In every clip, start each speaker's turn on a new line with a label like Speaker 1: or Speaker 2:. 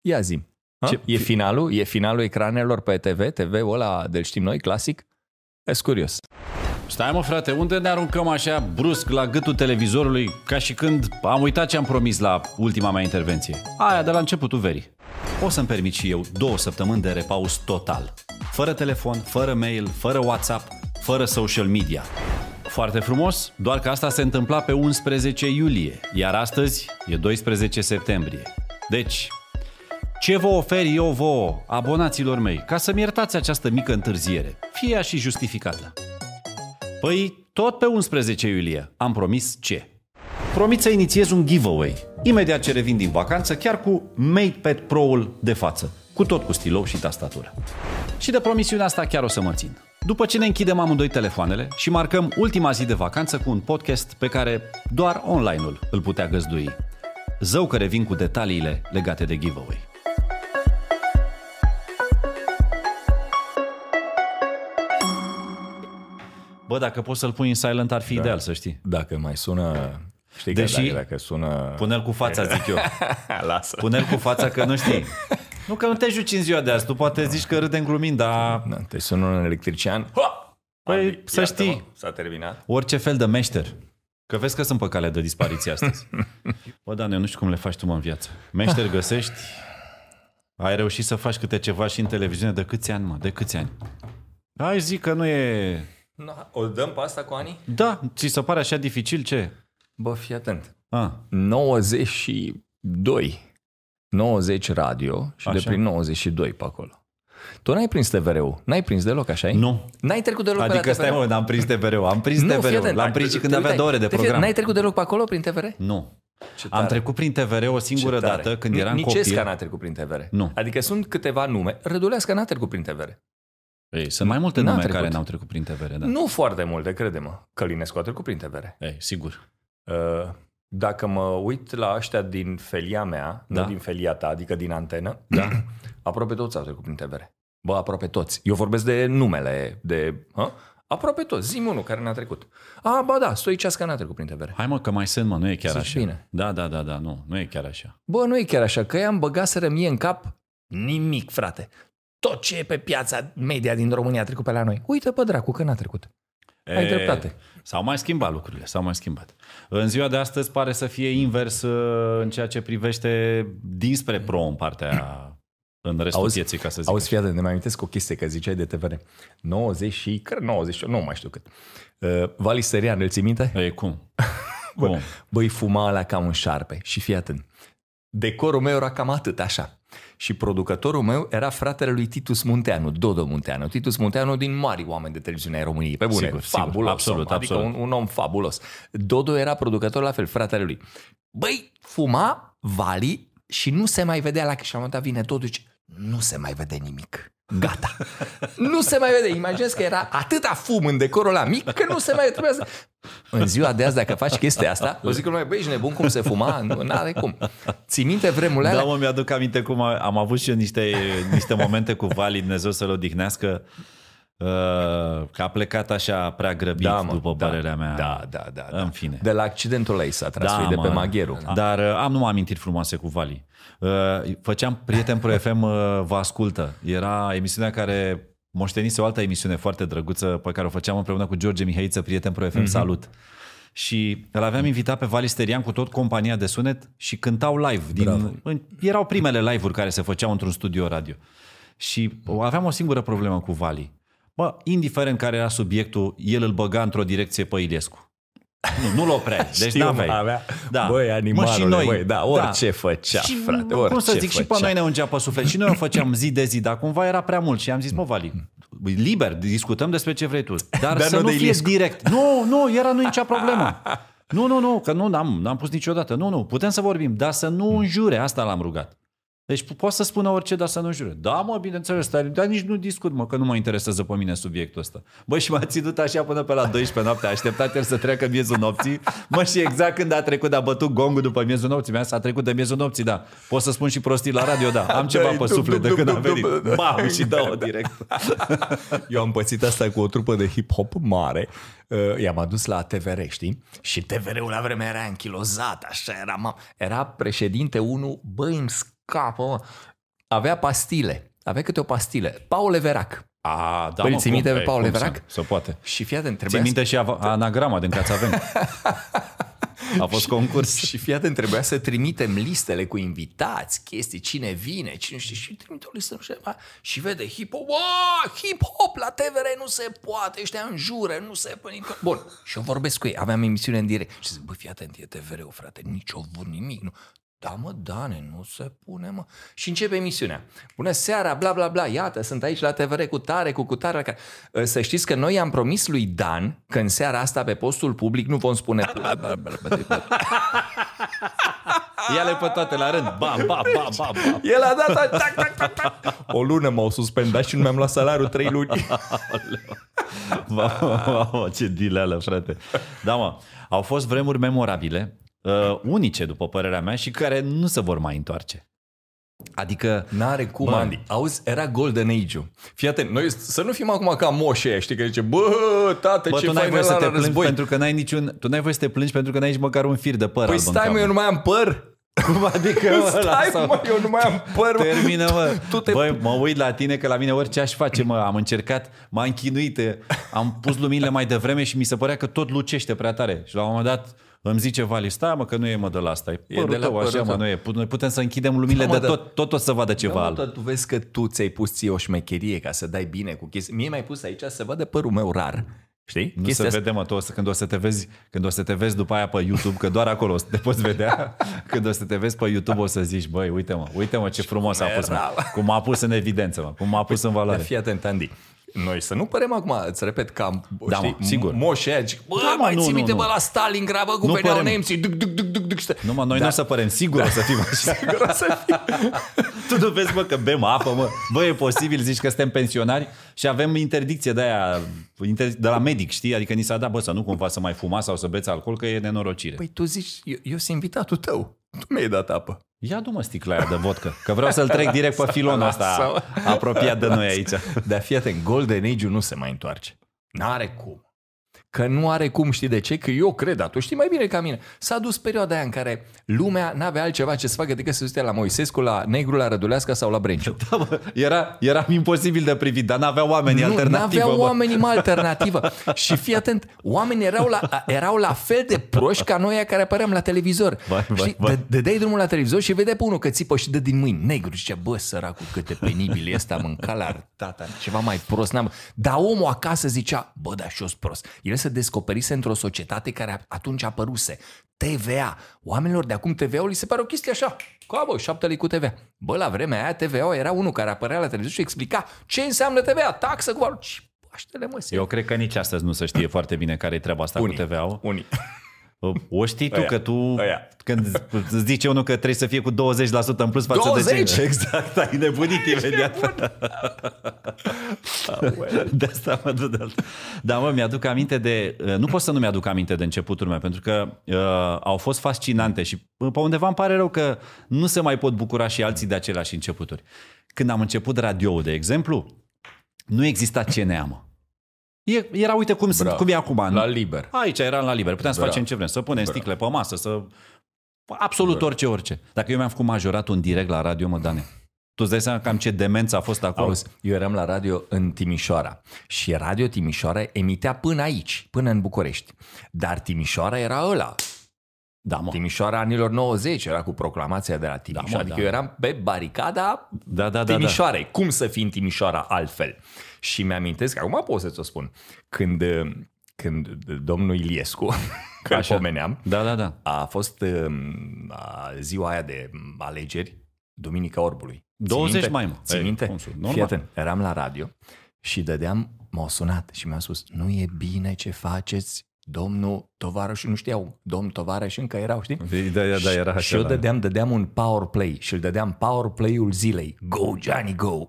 Speaker 1: Ia zi.
Speaker 2: Ce-
Speaker 1: Ce? E finalul? E finalul ecranelor pe TV? TV-ul ăla de știm noi, clasic? E curios.
Speaker 2: Stai mă frate, unde ne aruncăm așa brusc la gâtul televizorului ca și când am uitat ce am promis la ultima mea intervenție? Aia de la începutul verii. O să-mi permit și eu două săptămâni de repaus total. Fără telefon, fără mail, fără WhatsApp, fără social media. Foarte frumos, doar că asta se întâmpla pe 11 iulie, iar astăzi e 12 septembrie. Deci, ce vă ofer eu vouă, abonaților mei, ca să-mi iertați această mică întârziere, fie ea și justificată? Păi, tot pe 11 iulie am promis ce? Promit să inițiez un giveaway. Imediat ce revin din vacanță, chiar cu MatePad Pro-ul de față, cu tot cu stilou și tastatură. Și de promisiunea asta chiar o să mă țin. După ce ne închidem amândoi telefoanele și marcăm ultima zi de vacanță cu un podcast pe care doar online-ul îl putea găzdui. Zău că revin cu detaliile legate de giveaway. Bă, dacă poți să-l pui în silent ar fi da. ideal, să știi.
Speaker 1: Dacă mai sună... Știi
Speaker 2: Deși-
Speaker 1: că dacă, dacă sună...
Speaker 2: Pune-l cu fața, zic eu.
Speaker 1: Lasă.
Speaker 2: Pune-l cu fața că nu știi. Nu că nu te juci în ziua de azi, tu poate zici că râdem glumind, dar
Speaker 1: Da, te sună un electrician. Ha!
Speaker 2: Păi,
Speaker 1: Andy,
Speaker 2: să
Speaker 1: iartă-mă,
Speaker 2: știi.
Speaker 1: S-a terminat.
Speaker 2: orice fel de meșter. Că vezi că sunt pe calea de dispariție astăzi. Bă, Dan, eu nu știu cum le faci tu, mă, în viață. Meșter găsești, ai reușit să faci câte ceva și în televiziune de câți ani, mă? De câți ani? Ai zic că nu e...
Speaker 1: No, o dăm pe asta cu Ani?
Speaker 2: Da, ți se pare așa dificil, ce?
Speaker 1: Bă, fii atent.
Speaker 2: Ah,
Speaker 1: 92. 90 radio și
Speaker 2: Așa.
Speaker 1: de prin 92 pe acolo. Tu n-ai prins TVR-ul. N-ai prins deloc, așa
Speaker 2: nu.
Speaker 1: N-ai trecut deloc pe
Speaker 2: Adică
Speaker 1: la
Speaker 2: stai,
Speaker 1: TVR.
Speaker 2: mă, n-am prins TVR-ul. Am prins
Speaker 1: Nu, fii
Speaker 2: TVR-ul.
Speaker 1: atent.
Speaker 2: L-am prins și
Speaker 1: Te
Speaker 2: când avea
Speaker 1: uitai.
Speaker 2: două ore de
Speaker 1: Te fii-
Speaker 2: program.
Speaker 1: N-ai trecut deloc pe acolo prin TVR?
Speaker 2: Nu.
Speaker 1: Ce
Speaker 2: Am
Speaker 1: tare.
Speaker 2: trecut prin TVR o singură
Speaker 1: Ce tare.
Speaker 2: dată când eram
Speaker 1: Nici
Speaker 2: copil.
Speaker 1: Esca n-a trecut prin TVR.
Speaker 2: Nu.
Speaker 1: Adică sunt câteva nume. Rădulească n-a trecut prin TVR.
Speaker 2: Ei, sunt mai multe
Speaker 1: N-a
Speaker 2: nume
Speaker 1: trecut.
Speaker 2: care n-au trecut prin TVR, da.
Speaker 1: Nu foarte multe, crede-mă. Călinescu a trecut prin TVR.
Speaker 2: Ei, sigur.
Speaker 1: Uh, Dacă mă uit la ăștia din felia mea,
Speaker 2: Da.
Speaker 1: nu din felia ta, adică din antenă, da. aproape toți au trecut prin TVR. Bă, aproape toți. Eu vorbesc de numele, de... Hă? Aproape toți. Zim unul care n-a trecut. A, ba da, Stoicească n-a trecut prin TVR.
Speaker 2: Hai mă, că mai sunt, mă, nu e chiar
Speaker 1: Sunt
Speaker 2: așa.
Speaker 1: bine.
Speaker 2: Da, da, da, da, nu, nu e chiar așa.
Speaker 1: Bă, nu e chiar așa, că i-am băgat să mie în cap nimic, frate. Tot ce e pe piața media din România a trecut pe la noi. Uite pe dracu că n-a trecut. Ai dreptate.
Speaker 2: S-au mai schimbat lucrurile, s-au mai schimbat. În ziua de astăzi pare să fie invers uh, în ceea ce privește dinspre pro în partea, în restul
Speaker 1: Auzi-
Speaker 2: vieții, ca să zic.
Speaker 1: Auzi, fii atent, ne mai amintesc o chestie, că ziceai de TVR. 90 și, cred, 90, nu mai știu cât. Uh, Vali Serian, îl ții minte?
Speaker 2: E, cum?
Speaker 1: Bă.
Speaker 2: cum?
Speaker 1: Băi, fuma la cam în șarpe și fii atent. Decorul meu era cam atât, așa. Și producătorul meu era fratele lui Titus Munteanu, Dodo Munteanu. Titus Munteanu din mari oameni de televiziune ai României, pe bune.
Speaker 2: Sigur, sigur,
Speaker 1: fabulos,
Speaker 2: absolut,
Speaker 1: om, adică
Speaker 2: absolut.
Speaker 1: Un, un, om fabulos. Dodo era producător la fel, fratele lui. Băi, fuma Vali și nu se mai vedea la și la un moment dat vine Dodo și zice, nu se mai vede nimic. Gata. nu se mai vede. Imaginez că era atâta fum în decorul la mic că nu se mai trebuia să... În ziua de azi, dacă faci chestia asta, o zic lui, băi, ești nebun cum se fuma? Nu are cum. Ții minte vremurile
Speaker 2: Da,
Speaker 1: alea?
Speaker 2: mă, mi-aduc aminte cum a- am avut și eu niște, niște momente cu Vali, Dumnezeu să-l odihnească, uh, că a plecat așa prea grăbit, după părerea mea.
Speaker 1: Da, da, da. da.
Speaker 2: În fine.
Speaker 1: De la accidentul ăla i s-a tras da, de pe
Speaker 2: mă.
Speaker 1: Magheru.
Speaker 2: Dar uh, am numai amintiri frumoase cu Vali. Uh, Făceam Prieten Pro FM uh, vă ascultă. Era emisiunea care moștenise o altă emisiune foarte drăguță pe care o făceam împreună cu George Mihaiță, Prieten Pro
Speaker 1: Mhm.
Speaker 2: FM, salut! Și îl aveam invitat pe Valisterian cu tot compania de sunet și cântau live. Din, în, erau primele live-uri care se făceau într-un studio radio. Și aveam o singură problemă cu Vali. Bă, indiferent care era subiectul, el îl băga într-o direcție pe Ilescu. Nu, nu-l opreai. Deci
Speaker 1: Știu,
Speaker 2: n-aveai.
Speaker 1: mă, avea-
Speaker 2: Da.
Speaker 1: Băi, animalul,
Speaker 2: Mă, și noi.
Speaker 1: băi, da, orice făcea,
Speaker 2: și,
Speaker 1: frate,
Speaker 2: Cum să
Speaker 1: orice
Speaker 2: zic, și pe
Speaker 1: făcea.
Speaker 2: noi ne ungea pe suflet. Și noi o făceam zi de zi, dar cumva era prea mult. Și am zis, mă, Vali, liber, discutăm despre ce vrei tu. Dar,
Speaker 1: Dar
Speaker 2: să
Speaker 1: nu
Speaker 2: nu,
Speaker 1: de
Speaker 2: fie
Speaker 1: Ilescu.
Speaker 2: direct. Nu, nu, era nu nicio problemă. Nu, nu, nu, că nu n-am, n-am pus niciodată. Nu, nu, putem să vorbim, dar să nu înjure, asta l-am rugat. Deci po- poate să spună orice, dar să nu înjure. Da, mă, bineînțeles, dar, dar nici nu discut, mă, că nu mă interesează pe mine subiectul ăsta. Bă, și m-a ținut așa până pe la 12 noapte, a așteptat el să treacă miezul nopții. Mă, și exact când a trecut, a bătut gongul după miezul nopții, mi-a zis, a trecut de miezul nopții, da. Pot să spun și prostii la radio, da. Am ceva
Speaker 1: Dai,
Speaker 2: pe
Speaker 1: dup,
Speaker 2: suflet
Speaker 1: dup,
Speaker 2: de
Speaker 1: dup,
Speaker 2: când
Speaker 1: dup,
Speaker 2: am
Speaker 1: dup,
Speaker 2: venit.
Speaker 1: dup, dup.
Speaker 2: Bam, și dau direct.
Speaker 1: Eu am pățit asta cu o trupă de hip-hop mare. Uh, I-am adus la TVR, știi? Și TVR-ul la vremea era închilozat, așa era. Mam. Era președinte unul, băi, îmi scapă, mă. avea pastile. Avea câte o pastile. Paul Everac.
Speaker 2: A, da,
Speaker 1: Păi,
Speaker 2: mă,
Speaker 1: ții minte
Speaker 2: cum-
Speaker 1: pe
Speaker 2: ei,
Speaker 1: Paul
Speaker 2: cum
Speaker 1: Everac?
Speaker 2: să- Să poate.
Speaker 1: Și fii atent,
Speaker 2: Ții
Speaker 1: trebuia să,
Speaker 2: minte și av- anagrama din Cața Avem. A fost concurs.
Speaker 1: și fii atent, trebuia să trimitem listele cu invitați, chestii, cine vine, cine știe. Și trimite o listă, nu știu, mai- și vede hip-hop, Ua, hip-hop la TVR nu se poate, ăștia în jură, nu se poate. nicio- Bun, și eu vorbesc cu ei, aveam emisiune în direct. Și zic, bă, fii atent, e TVR-ul, frate, nici o văd nimic, nu. Da, mă, Dane, nu se pune, mă. Și începe emisiunea. Bună seara, bla, bla, bla, iată, sunt aici la TVR cu tare, cu cutare. Ca... Ă, Să știți că noi am promis lui Dan că în seara asta pe postul public nu vom spune... bla, bla, bla, bla, bla, bla. Ah!
Speaker 2: Ia le pe toate la rând. Ba, ba, ba, ba, ba.
Speaker 1: El a dat a- tac, tac, tac, tac. O lună m-au suspendat și nu mi-am luat salariul trei luni.
Speaker 2: Mamă, ce dileală, frate. Da, mă, au fost vremuri memorabile, uh, unice, după părerea mea, și care nu se vor mai întoarce. Adică,
Speaker 1: N-are cum,
Speaker 2: Bă.
Speaker 1: Andy. Auzi, era golden age-ul. Fii atent, noi să nu fim acum ca moșii ăia, știi, că zice, bă, tată,
Speaker 2: bă,
Speaker 1: ce
Speaker 2: tu n-ai
Speaker 1: fain
Speaker 2: voie să
Speaker 1: era
Speaker 2: te
Speaker 1: la
Speaker 2: plângi
Speaker 1: război.
Speaker 2: pentru că n-ai niciun... Tu n-ai voie să te plângi pentru că n-ai nici măcar un fir de păr
Speaker 1: Păi
Speaker 2: alb în
Speaker 1: stai,
Speaker 2: cap.
Speaker 1: mă, eu nu mai am păr.
Speaker 2: Cum adică, mă,
Speaker 1: Stai,
Speaker 2: lasă-mă.
Speaker 1: mă, eu nu mai am păr. mă.
Speaker 2: Termină, mă.
Speaker 1: Tu te-
Speaker 2: Băi, mă uit la tine că la mine orice aș face, mă, am încercat, m-am chinuit, am pus luminile mai devreme și mi se părea că tot lucește prea tare. Și la un moment dat îmi zice Vali, stai mă că nu e mă de la asta, e, părul
Speaker 1: de la
Speaker 2: tău,
Speaker 1: părul
Speaker 2: așa mă,
Speaker 1: tău."
Speaker 2: nu e. Put- Noi putem să închidem luminile
Speaker 1: Da, mă, da.
Speaker 2: de tot, tot o să vadă ceva
Speaker 1: Mă, da.
Speaker 2: alb.
Speaker 1: tu vezi că tu ți-ai pus ție o șmecherie ca să dai bine cu chestii. Mie mi-ai pus aici să vadă părul meu rar. Știi?
Speaker 2: Nu se vede, mă, tu o să, când, o să te vezi, când o să te vezi după aia pe YouTube, că doar acolo o să te poți vedea, când o să te vezi pe YouTube o să zici, băi, uite mă, uite mă ce frumos a pus, mă,
Speaker 1: era, mă.
Speaker 2: cum a pus în evidență, mă, cum a pus în
Speaker 1: Dar
Speaker 2: valoare.
Speaker 1: fii atent, Andy. Noi să nu părem acum, îți repet, că am,
Speaker 2: Da,
Speaker 1: știi,
Speaker 2: mă, sigur.
Speaker 1: moșii aia, zic, bă,
Speaker 2: Da, mă,
Speaker 1: mai
Speaker 2: nu,
Speaker 1: ții
Speaker 2: nu,
Speaker 1: minte,
Speaker 2: nu.
Speaker 1: bă, la Stalingrad, bă, cum
Speaker 2: Nu
Speaker 1: veneau
Speaker 2: părem.
Speaker 1: nemții, duc, duc, duc, duc, duc, știi.
Speaker 2: Nu, mă, noi da. nu o să părem, sigur da. o să fim așa.
Speaker 1: Sigur o să fie.
Speaker 2: Tu nu vezi, mă, că bem apă, mă. Bă, e posibil, zici că suntem pensionari și avem interdicție de aia, inter- de la medic, știi? Adică ni s-a dat, bă, să nu cumva să mai fumați sau să beți alcool, că e nenorocire. Păi...
Speaker 1: Păi tu zici, eu, eu sunt invitatul tău, tu mi-ai dat apă.
Speaker 2: Ia du-mă sticla aia de vodcă, că vreau să-l trec direct pe filonul ăsta
Speaker 1: Lasă-mă.
Speaker 2: apropiat de noi aici.
Speaker 1: Dar fii atent, Golden Age-ul nu se mai întoarce. N-are cum. Că nu are cum, știi de ce? Că eu cred, dar tu știi mai bine ca mine. S-a dus perioada aia în care lumea n-avea altceva ce să facă decât să se uite la Moisescu, la Negru, la Rădulească sau la Brenciu.
Speaker 2: Da, bă, era, era imposibil de privit, dar n-avea oameni alternativă,
Speaker 1: N-aveau
Speaker 2: bă.
Speaker 1: oamenii mai alternativă. și fii atent, oamenii erau la, erau la fel de proști ca noi aia care apăream la televizor.
Speaker 2: Vai, vai,
Speaker 1: Știi,
Speaker 2: vai.
Speaker 1: dă- Dădeai drumul la televizor și vedeai pe unul că țipă și dă din mâini negru. Și zicea, bă, săracul, cât de penibil e ăsta, mânca la tata, ceva mai prost. N-am... Dar omul acasă zicea, bă, dar și eu sunt prost. El se descoperise într-o societate care atunci apăruse. TVA. Oamenilor de acum TVA-ul li se pare o chestie așa. Ca bă, șapte lei cu TVA. Bă, la vremea aia TVA era unul care apărea la televizor și explica ce înseamnă TVA, taxă cu valori. Și Paștele, mă, se
Speaker 2: Eu cred că nici astăzi nu se știe foarte bine care e treaba asta
Speaker 1: Unii.
Speaker 2: cu TVA-ul.
Speaker 1: Unii.
Speaker 2: O știi tu
Speaker 1: Aia.
Speaker 2: că tu,
Speaker 1: Aia.
Speaker 2: când îți zice unul că trebuie să fie cu 20% în plus față de
Speaker 1: 20?
Speaker 2: ce... Exact, ai nebunit imediat. De asta mă duc de altă. Dar mă, mi-aduc aminte de... uh, Nu pot să nu mi-aduc aminte de începutul meu, pentru că uh, au fost fascinante și uh, pe undeva îmi pare rău că nu se mai pot bucura și alții de aceleași începuturi. Când am început radioul, de exemplu, nu exista CNA, mă. E- Era, uite cum, sunt,
Speaker 1: Bravo.
Speaker 2: cum e acum. în-
Speaker 1: La liber.
Speaker 2: Aici eram la liber, puteam să
Speaker 1: Bra.
Speaker 2: facem ce vrem, să punem
Speaker 1: Bra.
Speaker 2: sticle pe masă, să... Absolut orice, orice. Dacă eu mi-am făcut majoratul în direct la radio, mă, Dane, tu îți dai seama cam ce demență a fost acolo?
Speaker 1: Auzi, eu eram la radio în Timișoara și Radio Timișoara emitea până aici, până în București. Dar Timișoara era ăla.
Speaker 2: da, mă.
Speaker 1: Timișoara anilor 90 era cu proclamația de la Timișoara.
Speaker 2: Da, mă,
Speaker 1: adică
Speaker 2: da.
Speaker 1: eu eram pe baricada
Speaker 2: Da, da, da, da.
Speaker 1: Timișoarei. Cum să fii în Timișoara altfel? Și mi-amintesc, acum pot să ți-o spun, când, când domnul Iliescu, că îl
Speaker 2: Așa.
Speaker 1: pomeneam,
Speaker 2: Da, da, da.
Speaker 1: a fost um, a, ziua aia de um, alegeri, Duminica Orbului.
Speaker 2: 20
Speaker 1: Ții minte?
Speaker 2: mai, mă.
Speaker 1: Ții
Speaker 2: Ei,
Speaker 1: minte?
Speaker 2: cum să- normal.
Speaker 1: Fii atent, eram la radio și dădeam, m-au sunat și mi-au spus, nu e bine ce faceți, domnul tovarăș, nu știau, domn tovarăș încă erau, știi?
Speaker 2: Da, da, da, era așa.
Speaker 1: și eu dădeam, dădeam un power play și îl dădeam power play-ul zilei. Go, Johnny, go!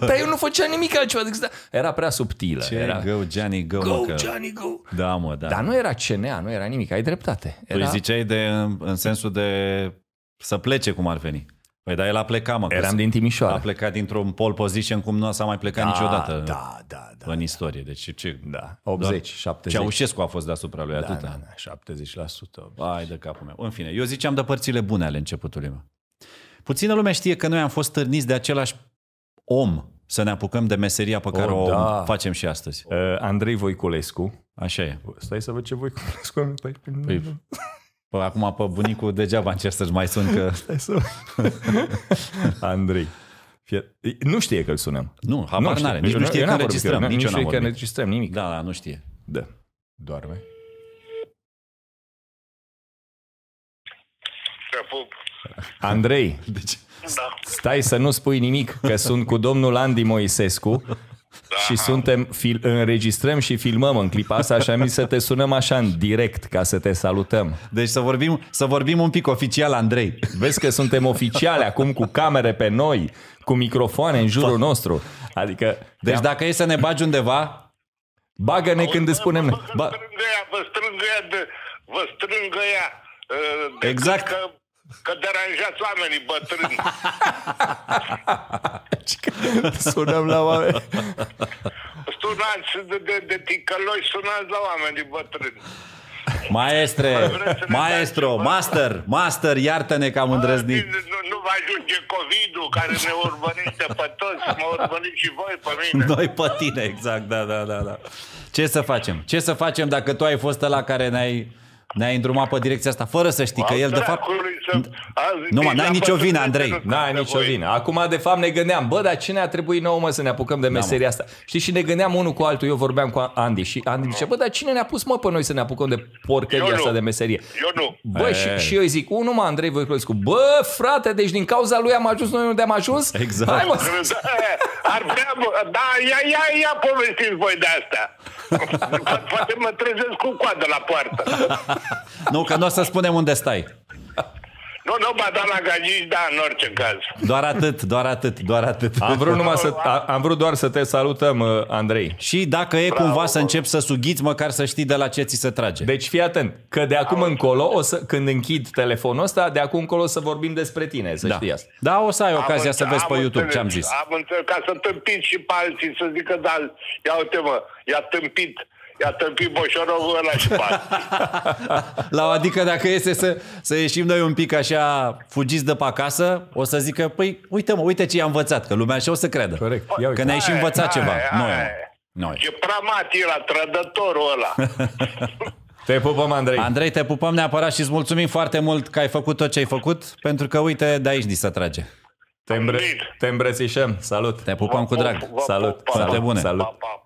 Speaker 1: Dar eu nu făceam nimic altceva decât să- Era prea subtilă.
Speaker 2: Ce
Speaker 1: era,
Speaker 2: era... Go, Gianni, go,
Speaker 1: go,
Speaker 2: mă, că...
Speaker 1: Johnny, go!
Speaker 2: Da, mă, da.
Speaker 1: Dar nu era CNA, nu era nimic, ai dreptate.
Speaker 2: Tu
Speaker 1: Era...
Speaker 2: îi ziceai de, în, în sensul de să plece cum ar veni. Păi da, el a plecat, mă. că
Speaker 1: Eram
Speaker 2: s-
Speaker 1: din
Speaker 2: A
Speaker 1: Timișoara.
Speaker 2: plecat dintr-un pole position cum nu s-a mai plecat niciodată
Speaker 1: Da, da, da.
Speaker 2: în istorie. Deci ce...
Speaker 1: da. 80, 70.
Speaker 2: Ceaușescu a fost deasupra lui
Speaker 1: da,
Speaker 2: atâta.
Speaker 1: da, da, 70%.
Speaker 2: Vai de capul meu. În fine, eu ziceam de părțile bune ale începutului meu. Puțină lume știe că noi am fost târniți de același om să ne apucăm de meseria pe care
Speaker 1: Oh,
Speaker 2: o
Speaker 1: da.
Speaker 2: facem și astăzi.
Speaker 1: Uh, Andrei Voiculescu.
Speaker 2: Așa e.
Speaker 1: Stai să văd ce Voiculescu am pe aici.
Speaker 2: Păi, Pă, acum pe bunicul degeaba încerc să-și mai sun că...
Speaker 1: Stai să Andrei. Fie... Nu știe că îl sunăm.
Speaker 2: Nu, habar n-are. Nici nu știe că înregistrăm.
Speaker 1: Nici
Speaker 2: Nici
Speaker 1: nu
Speaker 2: eu n-am
Speaker 1: știe că
Speaker 2: vorbit.
Speaker 1: înregistrăm nimic.
Speaker 2: Da, da, nu știe.
Speaker 1: Da. Doarme.
Speaker 3: Te pup.
Speaker 1: Andrei,
Speaker 2: Deci,
Speaker 3: Da.
Speaker 1: stai să nu spui nimic, că sunt cu domnul Andy Moisescu și suntem, fil- înregistrăm și filmăm în clipa asta și am zis să te sunăm așa în direct ca să te salutăm.
Speaker 2: deci să, vorbim, să vorbim un pic oficial, Andrei.
Speaker 1: Vezi că suntem oficiale acum cu camere pe noi, cu microfoane în jurul nostru. Adică,
Speaker 2: Deci
Speaker 1: deci da,
Speaker 2: dacă e să ne bagi undeva,
Speaker 1: bagă-ne când îți spunem noi.
Speaker 3: Vă
Speaker 1: Ba,
Speaker 3: strângă ea, vă strângă ea, de, vă strângă ea. uh, de-
Speaker 2: Exact.
Speaker 3: Că, că deranjați oamenii bătrâni.
Speaker 1: sunăm la oameni.
Speaker 3: Sunați de, de, de ticăloi, sunați la oamenii bătrâni.
Speaker 2: maestre,
Speaker 3: vreți să ne
Speaker 2: maestro,
Speaker 3: dați ceva?
Speaker 2: master, master, iartă-ne că am îndrăznit.
Speaker 3: Nu, nu vă ajunge COVID-ul care ne urmărește pe toți, mă urmăriți și voi pe mine.
Speaker 2: Noi pe tine, exact, da, da, da, da. Ce să facem? Ce să facem dacă tu ai fost la care ne-ai, ne-ai îndrumat pe direcția asta, fără să știi că el, de fapt...
Speaker 3: Dracului să- azi
Speaker 2: Nu, mă,
Speaker 3: nici
Speaker 2: n-ai
Speaker 3: la
Speaker 2: nicio vină,
Speaker 3: bătrânețe
Speaker 2: Andrei.
Speaker 3: nu-ți
Speaker 1: N-ai
Speaker 3: face
Speaker 1: nicio
Speaker 3: voie.
Speaker 1: vină. Acum, de fapt, ne gândeam, bă, dar cine a trebuit nouă, mă, să ne apucăm de meseria asta? Știi, și ne gândeam unul cu altul, eu vorbeam cu Andy și Andy zice, bă, dar cine ne-a pus, mă, pe noi să ne apucăm de porcăria
Speaker 3: Eu nu.
Speaker 1: asta de meserie?
Speaker 3: Eu nu.
Speaker 1: Bă, și, și eu îi zic, unul mă, Andrei Voiculescu, bă, frate, deci din cauza lui am ajuns noi unde am ajuns?
Speaker 2: Exact.
Speaker 1: Hai, mă,
Speaker 3: Ar vrea, da, ia, ia, ia povestiți voi de asta. Poate mă trezesc cu coadă la poartă.
Speaker 2: Nu, că nu o să spunem unde stai.
Speaker 3: Nu, nu, ba, da, la gagici, da, în orice caz.
Speaker 2: Doar atât, doar atât, doar atât.
Speaker 1: am vrut, numai să, a- am vrut doar să te salutăm, uh, Andrei.
Speaker 2: Și dacă e
Speaker 3: Bravo,
Speaker 2: cumva să
Speaker 3: bă.
Speaker 2: încep să sughiți, măcar să știi de la ce ți se trage. De-
Speaker 1: Deci fii atent, că de acum încolo, o să, când închid telefonul ăsta, de acum încolo o să vorbim despre tine, să da. știi asta.
Speaker 2: da, o să ai
Speaker 3: Am
Speaker 2: ocazia să
Speaker 3: înțe-
Speaker 2: vezi pe
Speaker 3: am
Speaker 2: YouTube
Speaker 3: înțeles,
Speaker 2: ce am zis.
Speaker 3: Am înțeles, ca să tâmpiți și pe alții, să zică, da, ia uite, mă, i-a tâmpit, i-a tâmpit Boșorovul ăla și pe alții.
Speaker 2: La, adică dacă este să, să ieșim noi un pic așa, fugiți de pe acasă, o să zică, păi uite mă, uite ce i-a învățat, că lumea așa o să credă.
Speaker 1: Corect. Ia uite.
Speaker 2: Că ne-ai și
Speaker 3: Hai,
Speaker 2: învățat
Speaker 3: hai,
Speaker 2: ceva.
Speaker 3: hai.
Speaker 2: Noi. Noi.
Speaker 3: Ce pramat era, trădătorul ăla.
Speaker 1: Te pupăm, Andrei.
Speaker 2: Andrei, te pupăm neapărat și îți mulțumim foarte mult că ai făcut tot ce ai făcut, pentru că uite, de aici ni se trage.
Speaker 1: Te, îmbră-
Speaker 3: Bine.
Speaker 1: te îmbrățișăm, salut.
Speaker 2: Te pupăm cu drag.
Speaker 3: Vă
Speaker 1: Salut,
Speaker 3: pup, pa,
Speaker 2: toate
Speaker 1: salut,
Speaker 3: pa,
Speaker 2: bune.
Speaker 1: salut.
Speaker 3: pa, pa, pa, pa.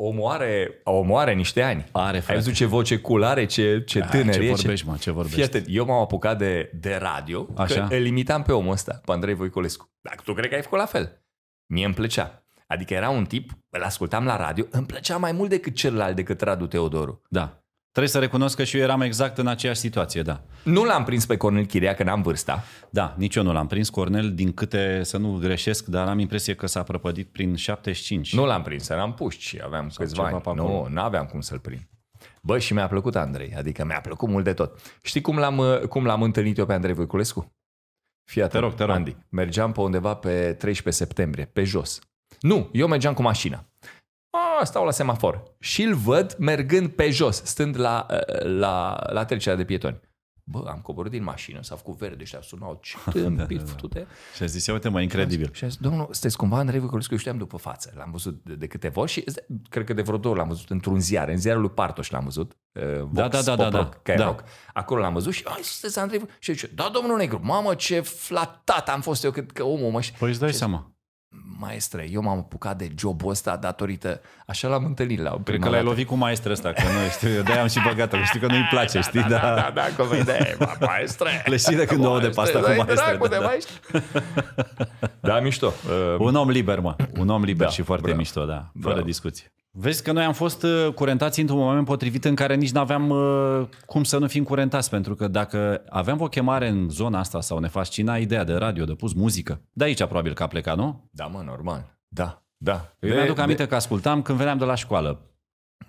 Speaker 1: Omoare, omoare niște ani.
Speaker 2: Are,
Speaker 1: Ai
Speaker 2: frate. Da,
Speaker 1: văzut ce voce cool are, ce, ce tânăr
Speaker 2: ce
Speaker 1: e,
Speaker 2: vorbești, mă, ce vorbești.
Speaker 1: Fii atent, eu m-am apucat de, de radio,
Speaker 2: Așa.
Speaker 1: că îl imitam pe omul ăsta, pe Andrei Voiculescu. Dacă tu crezi că ai făcut la fel. Mie îmi plăcea. Adică era un tip, îl ascultam la radio, îmi plăcea mai mult decât celălalt, decât Radu Teodoru.
Speaker 2: Da. Trebuie să recunosc că și eu eram exact în aceeași situație, da.
Speaker 1: Nu l-am prins pe Cornel Chiria, că n-am vârsta.
Speaker 2: Da, nici eu nu l-am prins, Cornel, din câte să nu greșesc, dar am impresie că s-a prăpădit prin 75.
Speaker 1: Nu l-am prins, eram puști, aveam Sau câțiva
Speaker 2: ceva
Speaker 1: ani.
Speaker 2: pe acolo.
Speaker 1: Nu, nu aveam cum să-l prind. Bă, și mi-a plăcut Andrei, adică mi-a plăcut mult de tot. Știi cum l-am, uh, cum l-am întâlnit eu pe Andrei Voiculescu? Fii atent,
Speaker 2: rog, te rog.
Speaker 1: Andy. Mergeam pe undeva pe 13 septembrie, pe jos. Nu, eu mergeam cu mașina. A, stau la semafor și îl văd mergând pe jos, stând la, uh, la, la trecerea de pietoni. Bă, am coborât din mașină, s-a făcut verde și a sunat ce tâmpit, da,
Speaker 2: Și a zis, ia uite mă, incredibil.
Speaker 1: și a zis, domnul, sunteți cumva Andrei Voiculescu, eu știam după față. L-am văzut de, de câteva ori și z- cred că de vreo două ori l-am văzut într-un ziar, în ziarul lui Partoș l-am văzut. Uh,
Speaker 2: Da, da, da, da, da.
Speaker 1: Rock, Cairo
Speaker 2: Da.
Speaker 1: Rock. Acolo l-am văzut și, ai, sunteți Andrei Voiculescu. Și zice, da, domnul Negru, mamă, ce flatat am fost eu, cât că omul mă...
Speaker 2: Păi îți dai seama.
Speaker 1: Maestre, eu m-am apucat de jobul ăsta datorită... Așa l-am întâlnit la
Speaker 2: Cred
Speaker 1: prima
Speaker 2: că l-ai
Speaker 1: dată.
Speaker 2: lovit cu maestră ăsta, că nu știu, eu de-aia am și băgat că știu că nu-i place, știi, da.
Speaker 1: Da, da, da, cum e, maestre.
Speaker 2: Le știi de când aud de pe asta cu
Speaker 1: dai
Speaker 2: maestre,
Speaker 1: dracu
Speaker 2: da,
Speaker 1: de
Speaker 2: da.
Speaker 1: maestre. Da, mișto. Uh,
Speaker 2: Un om liber, mă. Un om liber
Speaker 1: Da,
Speaker 2: da, și foarte
Speaker 1: bravo.
Speaker 2: mișto, da. Fără
Speaker 1: Bravo.
Speaker 2: discuție. Vezi că noi am fost uh, curentați într-un moment potrivit în care nici n-aveam uh, cum să nu fim curentați, pentru că dacă aveam o chemare în zona asta sau ne fascina ideea de radio, de pus muzică, de aici probabil că a plecat, nu?
Speaker 1: Da, mă, normal. Da, da.
Speaker 2: Eu
Speaker 1: De-
Speaker 2: mi-aduc
Speaker 1: de-
Speaker 2: aminte că ascultam când veneam de la școală.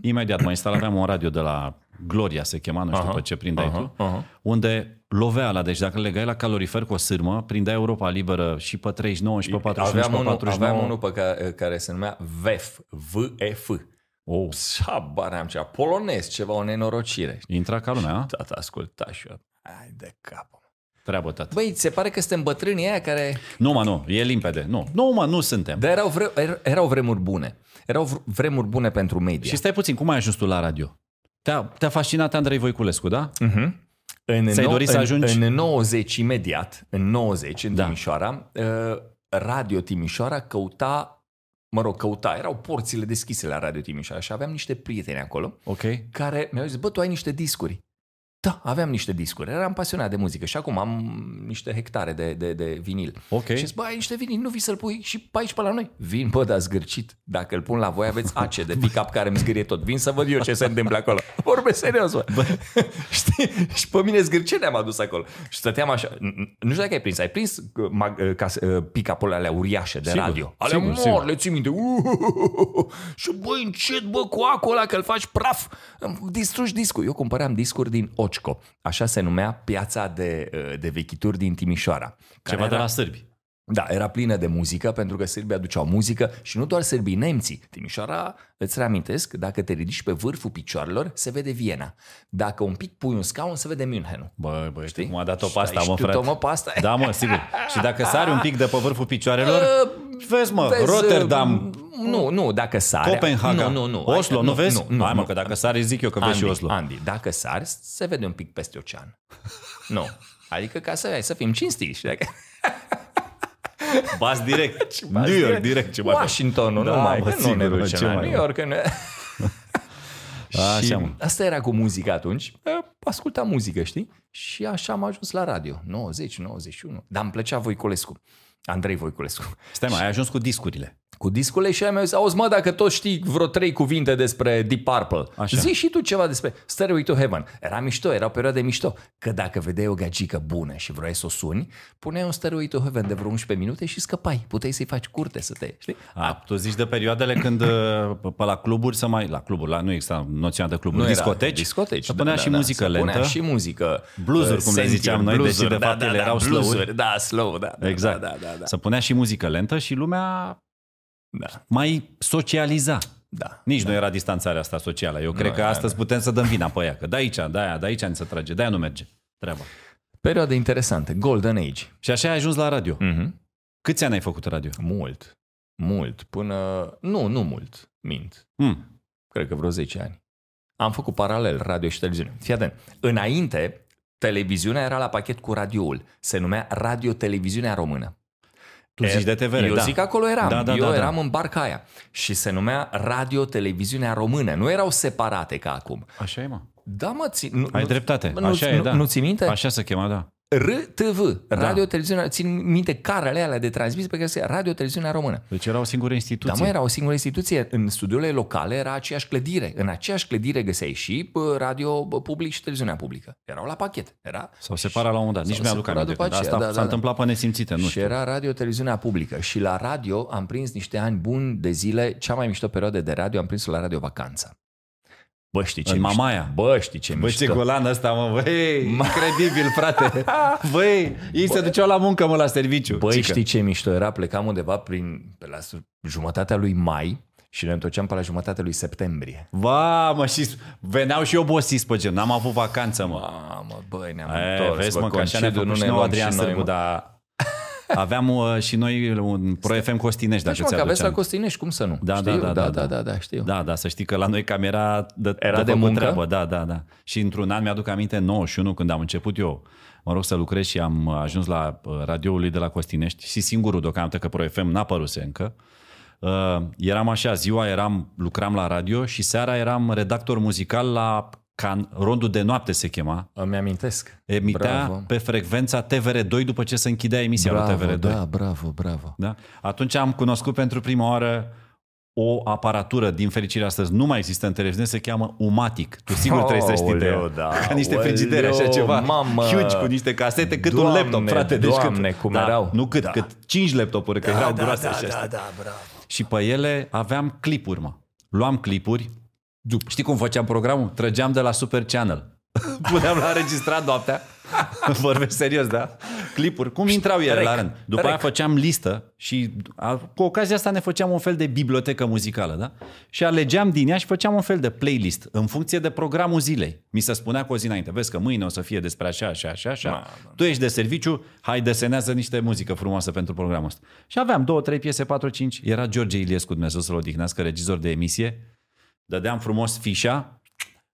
Speaker 2: Imediat mă instalam, aveam un radio de la Gloria, se chema, nu știu
Speaker 1: Aha,
Speaker 2: pe ce prindeai
Speaker 1: aha,
Speaker 2: tu,
Speaker 1: aha.
Speaker 2: unde lovea la, deci dacă îl legai la calorifer cu o sârmă, prindea Europa Liberă și pe 39 și pe 45
Speaker 1: aveam,
Speaker 2: și pe
Speaker 1: unul,
Speaker 2: 49.
Speaker 1: aveam unul pe care, eh, care se numea VEF, VEF.
Speaker 2: Oh,
Speaker 1: Habar am cea, polonez, ceva, o nenorocire.
Speaker 2: intra ca lumea, a?
Speaker 1: Tata asculta și eu, hai de cap.
Speaker 2: Prea botat.
Speaker 1: Băi, ți se pare că suntem bătrânii aia care...
Speaker 2: Nu, mă, nu. E limpede. Nu. Nu, mă, nu suntem.
Speaker 1: Dar erau, vre- er- erau vremuri bune. Erau vr- vremuri bune pentru media.
Speaker 2: Și stai puțin, cum ai ajuns tu la radio? Te-a, te-a fascinat Andrei Voiculescu, da?
Speaker 1: În
Speaker 2: Ți-ai
Speaker 1: nou-
Speaker 2: dorit să
Speaker 1: în-
Speaker 2: ajungi?
Speaker 1: În 90, imediat, în 90, în da. Timișoara, uh, Radio Timișoara căuta, mă rog, căuta, erau porțile deschise la Radio Timișoara și aveam niște prieteni acolo
Speaker 2: Ok.
Speaker 1: care mi-au zis, bă, tu ai niște discuri. Da, aveam niște discuri, eram pasionat de muzică și acum am niște hectare de, de, de vinil.
Speaker 2: Ok.
Speaker 1: Și zic, bă, ai niște vinil, nu vii să-l pui și pe aici, pe la noi. Vin, bă, dar zgârcit. Dacă îl pun la voi, aveți ace de pick-up care îmi zgârie tot. Vin să văd eu ce se întâmplă acolo. Vorbesc serios, bă. Știi? Și pe mine zgârcene am adus acolo. Și stăteam așa. Nu știu dacă ai prins. Ai prins uh, mag- uh, cas- uh, pick-up-urile alea uriașe de
Speaker 2: Sigur,
Speaker 1: radio. Alea
Speaker 2: sigur,
Speaker 1: mor,
Speaker 2: sigur.
Speaker 1: le ții minte. Uuuuh. Și băi, încet, bă, cu acul ăla că-l faci praf. Îmi Distrugi discul. Eu cumpăram discuri din Occo. Așa se numea piața de, uh, de vechituri din Timișoara. care
Speaker 2: Ceva de
Speaker 1: era-
Speaker 2: la sârbi.
Speaker 1: da, era plină de muzică pentru că sârbii aduceau muzică și nu doar sârbii, nemții. Timișoara, îți reamintesc, dacă te ridici pe vârful picioarelor, se vede Viena. Dacă un pic pui un scaun, se vede Münchenul.
Speaker 2: Bă, bă, știi
Speaker 1: Știi?
Speaker 2: cum a dat-o
Speaker 1: Și
Speaker 2: pe asta,
Speaker 1: ai
Speaker 2: mă,
Speaker 1: știut-o,
Speaker 2: frate.
Speaker 1: mă, pe asta?
Speaker 2: Da, mă, sigur. Și dacă sari un pic de pe vârful picioarelor, vezi, mă,
Speaker 1: Uh, Vezi,
Speaker 2: Da. Rotterdam,
Speaker 1: uh, Nu, nu, dacă sari...
Speaker 2: Copenhaga,
Speaker 1: Nu, nu, nu.
Speaker 2: Oslo,
Speaker 1: Hai,
Speaker 2: nu, vezi?
Speaker 1: Nu, nu,
Speaker 2: Hai, mă,
Speaker 1: nu.
Speaker 2: că dacă sari, zic eu că vezi
Speaker 1: Andy,
Speaker 2: și Oslo.
Speaker 1: Andy, dacă sari, se vede un pic peste ocean. Nu. Adică ca să, hai să fim cinstiți. Dacă...
Speaker 2: Bas direct.
Speaker 1: Bas
Speaker 2: New York, direct. Ce mai faci?
Speaker 1: Washingtonul,
Speaker 2: Da,
Speaker 1: Adică nu mai,
Speaker 2: mă,
Speaker 1: că nu
Speaker 2: sigur,
Speaker 1: ne
Speaker 2: mă,
Speaker 1: ducem
Speaker 2: ce
Speaker 1: la
Speaker 2: mai
Speaker 1: New
Speaker 2: mă.
Speaker 1: York. că Ne...
Speaker 2: Așa,
Speaker 1: și
Speaker 2: mă.
Speaker 1: asta era cu muzica atunci. Ă, Ascultam muzică, știi? Și așa am ajuns la radio. 90, 91. Dar îmi plăcea Voiculescu. Andrei Voiculescu.
Speaker 2: Stai, mă, ai ajuns cu discurile.
Speaker 1: Cu discule și aia mi-au zis, auzi mă, dacă tot știi vreo trei cuvinte despre Deep Purple,
Speaker 2: Așa.
Speaker 1: Așa. zi și tu ceva despre Stairway to Heaven. Era mișto, era o perioadă mișto. Că dacă vedeai o gagică bună și vroiai să o suni, puneai un Stairway to Heaven de vreo 11 minute și scăpai. Puteai să-i faci curte, să te... Știi?
Speaker 2: A, tu zici de perioadele când uh, pe la cluburi să mai... La cluburi, la, nu exista noțiunea de cluburi,
Speaker 1: Nu era.
Speaker 2: discoteci.
Speaker 1: discoteci.
Speaker 2: Să punea
Speaker 1: da,
Speaker 2: și
Speaker 1: da,
Speaker 2: muzică
Speaker 1: se punea
Speaker 2: lentă.
Speaker 1: și muzică.
Speaker 2: Blues-uri,
Speaker 1: uh,
Speaker 2: cum le
Speaker 1: sentier,
Speaker 2: ziceam noi, deși de
Speaker 1: blues-uri,
Speaker 2: fapt ele erau
Speaker 1: blues-uri,
Speaker 2: slow-uri.
Speaker 1: Da, slow, da. da,
Speaker 2: Exact.
Speaker 1: Da, da, da.
Speaker 2: Să punea și muzică lentă și lumea
Speaker 1: da,
Speaker 2: mai socializa.
Speaker 1: da.
Speaker 2: Nici da. nu era distanțarea asta socială. Eu cred
Speaker 1: Nu,
Speaker 2: că
Speaker 1: da,
Speaker 2: astăzi putem să dăm vina pe ea. Că de aici, de aia, de aici ni se trage. De aia nu merge treaba.
Speaker 1: Perioadă interesantă. Golden Age.
Speaker 2: Și așa ai ajuns la radio.
Speaker 1: Mhm.
Speaker 2: Câți ani ai făcut radio?
Speaker 1: Mult. Mult. Până... Nu, nu mult. Mint.
Speaker 2: Mm.
Speaker 1: Cred că vreo 10 ani. Am făcut paralel radio și televiziune. Fii atent. Înainte, televiziunea era la pachet cu radioul. Se numea Radio Televiziunea Română.
Speaker 2: Tu zici de TVR,
Speaker 1: Eu
Speaker 2: da.
Speaker 1: zic că acolo eram.
Speaker 2: Da, da,
Speaker 1: Eu
Speaker 2: da, da.
Speaker 1: eram în barca aia. Și se numea Radio Televiziunea Română. Nu erau separate ca acum.
Speaker 2: Așa e, mă.
Speaker 1: Da, mă, ți, nu,
Speaker 2: Ai
Speaker 1: nu,
Speaker 2: dreptate.
Speaker 1: Nu,
Speaker 2: Așa e,
Speaker 1: nu,
Speaker 2: da.
Speaker 1: Nu ți minte?
Speaker 2: Așa Da. se chema, da.
Speaker 1: RTV, Radio Televiziunea, țin minte carele alea de transmis pe care se Radio Televiziunea Română.
Speaker 2: Deci era o singură instituție.
Speaker 1: Dar Da, mă, era o singură instituție. În studiile locale era aceeași clădire. În aceeași clădire găseai și bă, radio bă, public și televiziunea publică. Erau la pachet. Era
Speaker 2: S-au separat la un moment dat. Nici
Speaker 1: S-au
Speaker 2: mi-aduc
Speaker 1: separat
Speaker 2: aminte.
Speaker 1: după
Speaker 2: când.
Speaker 1: aceea,
Speaker 2: Asta
Speaker 1: da,
Speaker 2: s-a
Speaker 1: da, da.
Speaker 2: întâmplat pe nesimțite, nu
Speaker 1: și
Speaker 2: știu.
Speaker 1: era radio, televiziunea publică. Și la radio am prins niște ani buni de zile. Cea mai mișto perioadă de radio am prins la Radio Vacanța. Bă, știi ce
Speaker 2: În
Speaker 1: mișto.
Speaker 2: Mamaia.
Speaker 1: Bă, știi ce
Speaker 2: Bă,
Speaker 1: mișto.
Speaker 2: ce golan ăsta, mă, băi, incredibil, frate. Băi, ei se duceau la muncă, mă, la serviciu.
Speaker 1: Băi,
Speaker 2: Cică.
Speaker 1: știi ce mișto era? Plecam undeva prin, pe la jumătatea lui mai și ne întorceam pe la jumătatea lui septembrie.
Speaker 2: Va, mă, și veneau și obosiți pe gen. N-am avut vacanță, mă.
Speaker 1: Mamă, băi, ne-am
Speaker 2: E,
Speaker 1: întors.
Speaker 2: vezi,
Speaker 1: bă,
Speaker 2: mă, că așa ne-a
Speaker 1: concediu
Speaker 2: făcut
Speaker 1: nu
Speaker 2: și
Speaker 1: ne
Speaker 2: nouă
Speaker 1: luam
Speaker 2: Adrian
Speaker 1: și noi,
Speaker 2: Sârbu,
Speaker 1: mă.
Speaker 2: dar aveam uh, și noi un Pro FM Costinești, dacă
Speaker 1: Deci, mă, că
Speaker 2: ți-aduceam.
Speaker 1: aveți la Costinești, cum să nu?
Speaker 2: Da,
Speaker 1: știu,
Speaker 2: da,
Speaker 1: da,
Speaker 2: da,
Speaker 1: da,
Speaker 2: da,
Speaker 1: da, da, știu.
Speaker 2: Da, da, să știi că la noi cam era de,
Speaker 1: Era de
Speaker 2: făcut
Speaker 1: muncă?
Speaker 2: Treabă. Da, da, da. Și într-un an mi-aduc aminte, în 91, când am început eu, mă rog să lucrez și am ajuns la uh, radioului de la Costinești și singurul deocamdată că Pro FM n-a păruse încă. Uh, eram așa, ziua eram, lucram la radio și seara eram redactor muzical la can, rondul de noapte se chema,
Speaker 1: Îmi amintesc.
Speaker 2: emitea
Speaker 1: Bravo.
Speaker 2: pe frecvența TVR2 după ce se închidea emisia la
Speaker 1: Bravo,
Speaker 2: TVR2.
Speaker 1: da, bravo, bravo.
Speaker 2: Da? Atunci am cunoscut pentru prima oară o aparatură, din fericire astăzi nu mai există în televiziune, se cheamă Umatic. Tu sigur trebuie să știi de
Speaker 1: Aoleu,
Speaker 2: ea.
Speaker 1: da,
Speaker 2: Ca niște
Speaker 1: aoleu,
Speaker 2: frigidere, așa ceva.
Speaker 1: mamă.
Speaker 2: Huge cu niște casete, cât
Speaker 1: Doamne,
Speaker 2: un laptop, frate.
Speaker 1: doamne,
Speaker 2: cât,
Speaker 1: cum
Speaker 2: da,
Speaker 1: erau.
Speaker 2: Nu cât,
Speaker 1: Da.
Speaker 2: cât cinci laptopuri, că erau groase
Speaker 1: da,
Speaker 2: așa.
Speaker 1: da,
Speaker 2: știi?
Speaker 1: da, bravo.
Speaker 2: Și pe ele aveam clipuri, mă. Luam clipuri. Știi cum făceam programul? Trăgeam de la Super Channel. Puneam la înregistrat noaptea. Vorbesc serios, da? Clipuri. Cum intrau ele
Speaker 1: Rec.
Speaker 2: la rând? După aia
Speaker 1: Rec.
Speaker 2: făceam listă și a, cu ocazia asta ne făceam un fel de bibliotecă muzicală, da? Și alegeam din ea și făceam un fel de playlist în funcție de programul zilei. Mi se spunea cu o zi înainte, vezi că mâine o să fie despre așa, așa, așa, așa. Tu ești de serviciu, hai desenează niște muzică frumoasă pentru programul ăsta. Și aveam două, trei piese, patru, cinci. Era George Iliescu, Dumnezeu să-l odihnească, regizor de emisie. Dădeam frumos fișa,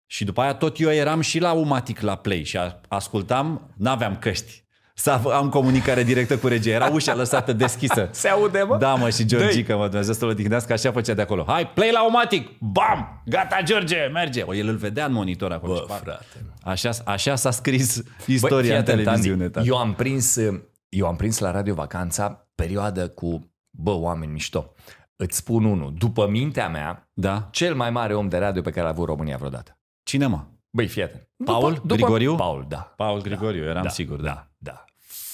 Speaker 2: și după aia tot eu eram și la Umatic la Play și a- ascultam, n-aveam căști. Să av- am comunicare directă cu regia. Era ușa lăsată deschisă.
Speaker 1: Se aude, mă?
Speaker 2: Da, mă, și Georgica, mă, Dumnezeu să-l odihnească, așa făcea de acolo. Hai, play la Umatic! Bam! Gata, George, merge! O, el îl vedea în monitor acolo.
Speaker 1: Bă,
Speaker 2: Și pa-
Speaker 1: frate.
Speaker 2: Așa, așa s-a scris
Speaker 1: Băi,
Speaker 2: istoria
Speaker 1: fii
Speaker 2: în
Speaker 1: atent,
Speaker 2: televiziune.
Speaker 1: Andy.
Speaker 2: tată.
Speaker 1: Eu am prins, eu am prins la Radio Vacanța perioadă cu, bă, oameni mișto. Îți spun unul, după mintea mea,
Speaker 2: Da?
Speaker 1: cel mai mare om de radio pe care l-a avut România vreodată.
Speaker 2: Cine, mă?
Speaker 1: Băi, fii atent. După-
Speaker 2: Paul Grigoriu?
Speaker 1: Paul, da.
Speaker 2: Paul Grigoriu, eram
Speaker 1: da,
Speaker 2: sigur, da.
Speaker 1: da. da.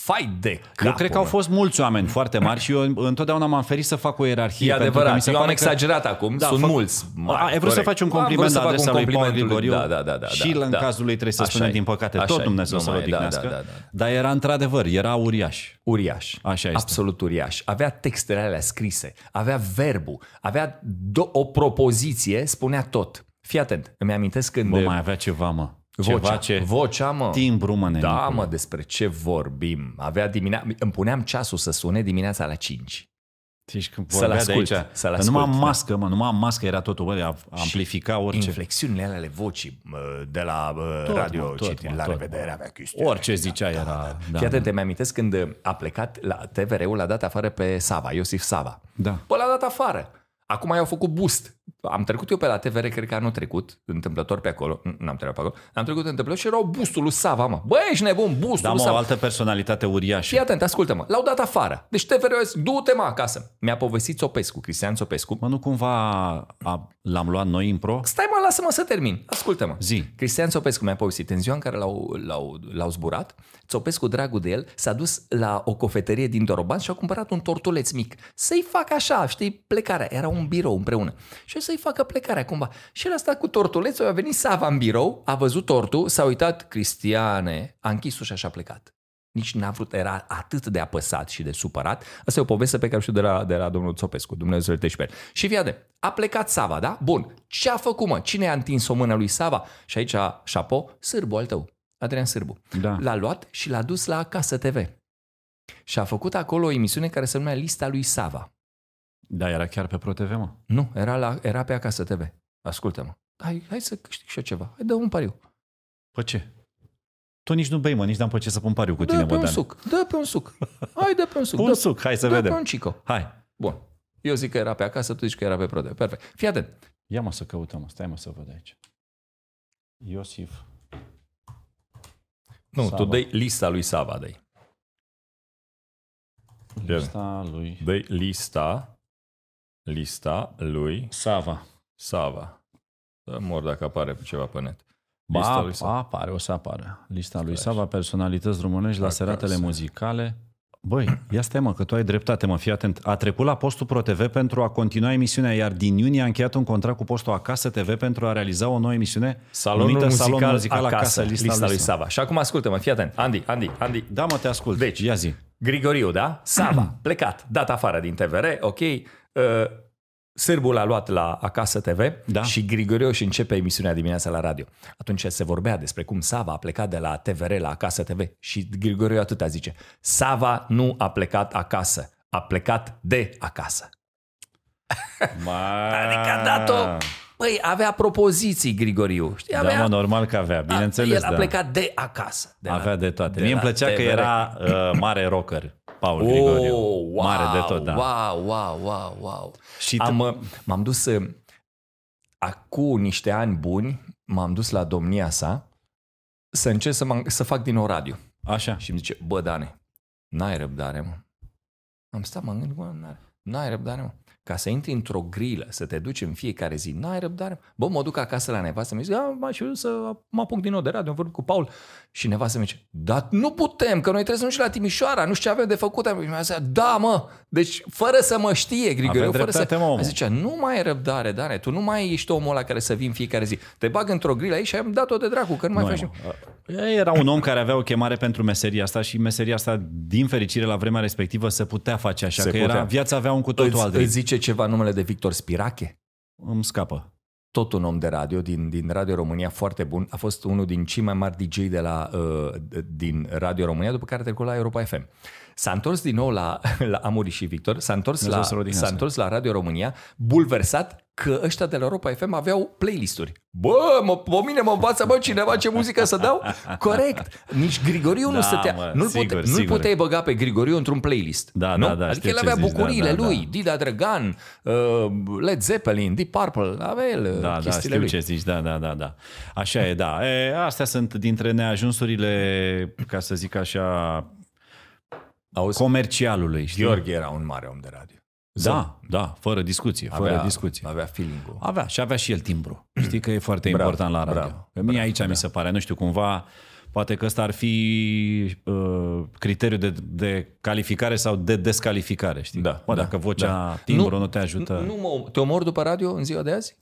Speaker 1: Fai de cap.
Speaker 2: Eu cred că au fost mulți oameni foarte mari și eu întotdeauna m-am ferit să fac o ierarhie.
Speaker 1: E
Speaker 2: pentru că mi
Speaker 1: adevărat,
Speaker 2: se
Speaker 1: eu am
Speaker 2: pare că-
Speaker 1: exagerat acum,
Speaker 2: Da,
Speaker 1: sunt
Speaker 2: fă-
Speaker 1: mulți. mari,
Speaker 2: A, ai vrut să
Speaker 1: corect.
Speaker 2: faci un
Speaker 1: Am vrut
Speaker 2: compliment
Speaker 1: să
Speaker 2: la
Speaker 1: fac un
Speaker 2: adresa lui Paul
Speaker 1: compliment
Speaker 2: Grigoriu
Speaker 1: Da, da, da, da.
Speaker 2: și
Speaker 1: da,
Speaker 2: în
Speaker 1: da.
Speaker 2: cazul lui trebuie să
Speaker 1: Așa
Speaker 2: spunem,
Speaker 1: e,
Speaker 2: din păcate,
Speaker 1: așa
Speaker 2: tot
Speaker 1: e,
Speaker 2: Dumnezeu
Speaker 1: nu
Speaker 2: să-l
Speaker 1: mai e, da, da,
Speaker 2: odihnească.
Speaker 1: da, da, da.
Speaker 2: Dar era într-adevăr, era uriaș.
Speaker 1: Uriaș.
Speaker 2: Așa este.
Speaker 1: Absolut uriaș. Avea textele alea scrise, avea verbul, avea do- o propoziție, spunea tot. Fii atent, îmi amintesc când...
Speaker 2: Bă, mai avea ceva, mă.
Speaker 1: vocea,
Speaker 2: Ceva ce...
Speaker 1: vocea, mă.
Speaker 2: Timbru, mă, nenicu.
Speaker 1: Da, mă, despre ce vorbim. Avea dimine... Îmi puneam ceasul să sune dimineața la 5.
Speaker 2: Deci când
Speaker 1: Să-l
Speaker 2: vorbea de
Speaker 1: ascult,
Speaker 2: aici,
Speaker 1: să-l
Speaker 2: că numai
Speaker 1: ascult, da.
Speaker 2: mască, mă, numai mască era totul, bă, a- amplifica orice.
Speaker 1: Inflexiunile alea ale vocii mă, de la mă,
Speaker 2: Tot, mă,
Speaker 1: radio,
Speaker 2: tot,
Speaker 1: City,
Speaker 2: mă,
Speaker 1: la
Speaker 2: tot,
Speaker 1: revedere,
Speaker 2: mă.
Speaker 1: avea chestii.
Speaker 2: Orice zicea era. Da,
Speaker 1: Fii atent, îmi amintesc când a plecat la TVR-ul, l-a dat afară pe Sava, Iosif Sava.
Speaker 2: Da.
Speaker 1: Bă, l-a dat afară. Acum i-au făcut boost. Am trecut eu pe la TVR, cred că anul trecut, întâmplător pe acolo, n- n-am trecut pe acolo, am trecut întâmplător și erau boostul lui Sava, mă. Bă, ești nebun, boostul
Speaker 2: Da,
Speaker 1: lui
Speaker 2: mă, o
Speaker 1: Sava.
Speaker 2: altă personalitate uriașă.
Speaker 1: Fii atent, ascultă-mă, l-au dat afară. Deci TVR, a zis, du-te mă acasă. Mi-a povestit Țopescu, Cristian Țopescu.
Speaker 2: Mă, nu cumva a, l-am luat noi în pro?
Speaker 1: Stai mă, lasă-mă să termin. Ascultă-mă.
Speaker 2: Zi.
Speaker 1: Cristian Țopescu mi-a povestit. În ziua în care l-au, l-au, l-au zburat, Țopescu, dragul de el, s-a dus la o cofetărie din Doroban și a cumpărat un tortuleț mic. Să-i facă așa, știi, plecarea. Era un birou împreună. Și să-i facă plecarea cumva. Și el a stat cu tortulețul, a venit Sava în birou, a văzut tortul, s-a uitat, Cristiane, a închis-o și așa a plecat. Nici n-a vrut, era atât de apăsat și de supărat. Asta e o poveste pe care o știu de la, de la domnul Țopescu, Dumnezeu să-l tăiește pe el. Și fii atent, a plecat Sava, da? Bun. Ce a făcut, mă? Cine a întins o mână lui Sava? Și aici, șapo, Sârbu al tău, Adrian Sârbu.
Speaker 2: Da.
Speaker 1: L-a luat și l-a dus la Acasă TV. Și a făcut acolo o emisiune care se numea Lista lui Sava.
Speaker 2: Da, era chiar pe Pro TV, mă.
Speaker 1: Nu, era, la, era pe Acasă TV. Ascultă-mă. Hai, hai să câștig și eu ceva. Hai, dă un pariu.
Speaker 2: Pe Păi ce? Tu nici nu bei, mă, nici n-am pe ce să pun pariu cu tine,
Speaker 1: Da, Dă pe un
Speaker 2: Bogdan.
Speaker 1: suc. Dă pe un suc. Hai, dă pe un suc.
Speaker 2: Pun
Speaker 1: dă,
Speaker 2: suc, hai să
Speaker 1: dă
Speaker 2: vedem.
Speaker 1: pe un cico.
Speaker 2: Hai,
Speaker 1: Bun. Eu zic că era pe acasă, tu zici că era pe prode. Perfect. Fii atent.
Speaker 2: ia mă să căutăm, stai mă să văd aici. Iosif.
Speaker 1: Nu,
Speaker 2: Sava. tu dai
Speaker 1: lista lui Sava, dai.
Speaker 2: Lista lui
Speaker 1: Dai lista, lista lui
Speaker 2: Sava.
Speaker 1: Sava. Să mor dacă apare ceva pe net.
Speaker 2: Ba, apare, o să apară. Lista lui Sava, personalități românești la
Speaker 1: Acasă.
Speaker 2: seratele muzicale. Băi, ia stai mă, că tu ai dreptate, mă, fii atent. A trecut la postul Pro TV pentru a continua emisiunea, iar din iunie a încheiat un contract cu postul Acasă TV pentru a realiza o nouă emisiune numită Salon Muzical Acasă,
Speaker 1: lista, lui Sava. Și acum ascultă-mă, fii atent. Andy, Andy, Andy.
Speaker 2: Da, mă, te ascult.
Speaker 1: Deci.
Speaker 2: ia zi.
Speaker 1: Grigoriu, da? Sava, plecat, dat afară din TVR, ok. Uh, Sârbul a luat la Acasă TV
Speaker 2: Da.
Speaker 1: și Grigoriu își începe emisiunea dimineața la radio. Atunci se vorbea despre cum Sava a plecat de la TVR la Acasă TV și Grigoriu atâta zice. Sava nu a plecat acasă, a plecat de acasă.
Speaker 2: Ma...
Speaker 1: Adică a dat-o... Păi, avea propoziții Grigoriu. Știi,
Speaker 2: Ah. Da,
Speaker 1: avea...
Speaker 2: mă, normal că avea, bineînțeles,
Speaker 1: El a
Speaker 2: da.
Speaker 1: plecat de acasă. De la-
Speaker 2: Avea de toate. Mie îmi
Speaker 1: la
Speaker 2: plăcea că
Speaker 1: TVR.
Speaker 2: era uh, mare rocker, Paul
Speaker 1: Oh,
Speaker 2: Grigoriu.
Speaker 1: wow,
Speaker 2: mare de tot, da.
Speaker 1: Wow, wow, wow, wow.
Speaker 2: Și
Speaker 1: Am, uh, m-am dus uh, acum niște ani buni, m-am dus la domnia sa să încerc să, mă- să fac din nou radio.
Speaker 2: Așa.
Speaker 1: Și îmi zice, bă, Dane, n-ai răbdare, mă. Am stat, m-am gândit, bă, n-are. N-ai răbdare, mă. Ca să intri într-o grilă, să te duci în fiecare zi, n-ai răbdare. mă. Bă, mă duc acasă la nevastă, "Ah, mi zice, "A, m-aș vrea să mă apuc din nou de radio, am vorbit cu Paul. Și nevastă mi zice, dar nu putem, că noi trebuie să nu și la Timișoara, nu știu ce avem de făcut. Am mi-a zis, da, mă, deci fără să mă știe, Grigoriu, fără să...
Speaker 2: dreptate, mă, omul.
Speaker 1: Am zis, zicea, nu mai ai răbdare, Dane, tu nu mai ești omul ăla care să vii în fiecare zi. Te bag într-o grilă aici și am dat-o de dracu, că nu mai
Speaker 2: Nu,
Speaker 1: faci...
Speaker 2: mă. Era un om care avea o chemare pentru meseria asta și meseria asta, din fericire, la vremea respectivă, se putea face așa.
Speaker 1: Se
Speaker 2: că era,
Speaker 1: putea.
Speaker 2: viața avea un cu totul
Speaker 1: Îți,
Speaker 2: alt
Speaker 1: îți
Speaker 2: ritm.
Speaker 1: zice ceva numele de Victor Spirache?
Speaker 2: Îmi scapă.
Speaker 1: tot un om de radio din, din Radio România foarte bun. A fost unul din cei mai mari DJ de la, uh, din Radio România, după care a trecut la Europa FM. S-a întors din nou la, la Amuri și Victor, s-a întors,
Speaker 2: Dumnezeu
Speaker 1: la,
Speaker 2: să-l odihnească.
Speaker 1: s-a întors la Radio România, bulversat că ăștia de la Europa FM aveau playlisturi. Bă, mă, pe mine mă învață, bă, cineva ce muzică să dau? Corect. Nici Grigoriu
Speaker 2: Da,
Speaker 1: nu stătea.
Speaker 2: mă,
Speaker 1: nu-l,
Speaker 2: sigur,
Speaker 1: pute,
Speaker 2: sigur.
Speaker 1: nu-l puteai băga pe Grigoriu într-un playlist.
Speaker 2: Da,
Speaker 1: nu?
Speaker 2: da, da,
Speaker 1: Adică
Speaker 2: știu
Speaker 1: el
Speaker 2: ce
Speaker 1: avea
Speaker 2: zici, da,
Speaker 1: bucuriile
Speaker 2: da, da.
Speaker 1: lui, Dida Drăgan, uh, Led Zeppelin, Deep Purple, avea el uh,
Speaker 2: Da, da,
Speaker 1: chestiile
Speaker 2: știu
Speaker 1: lui.
Speaker 2: ce zici, da, da, da, da. Așa e, da. E, astea sunt dintre neajunsurile, ca să zic așa,
Speaker 1: Auzi,
Speaker 2: comercialului. Știi?
Speaker 1: Gheorghe era un mare om de radio.
Speaker 2: Da, da, fără discuție, fără
Speaker 1: Avea-
Speaker 2: discuție.
Speaker 1: Avea feeling-ul.
Speaker 2: Avea și avea și el timbru. Știi că e foarte
Speaker 1: Bravo,
Speaker 2: important la radio.
Speaker 1: bravo,
Speaker 2: Mie aici mi se pare, nu știu, cumva, poate că ăsta ar fi uh, criteriu de, de calificare sau de descalificare, știi?
Speaker 1: Da,
Speaker 2: Bă,
Speaker 1: da,
Speaker 2: dacă vocea, da. timbru nu, nu te ajută.
Speaker 1: Nu, mă, te omor după radio în ziua de azi?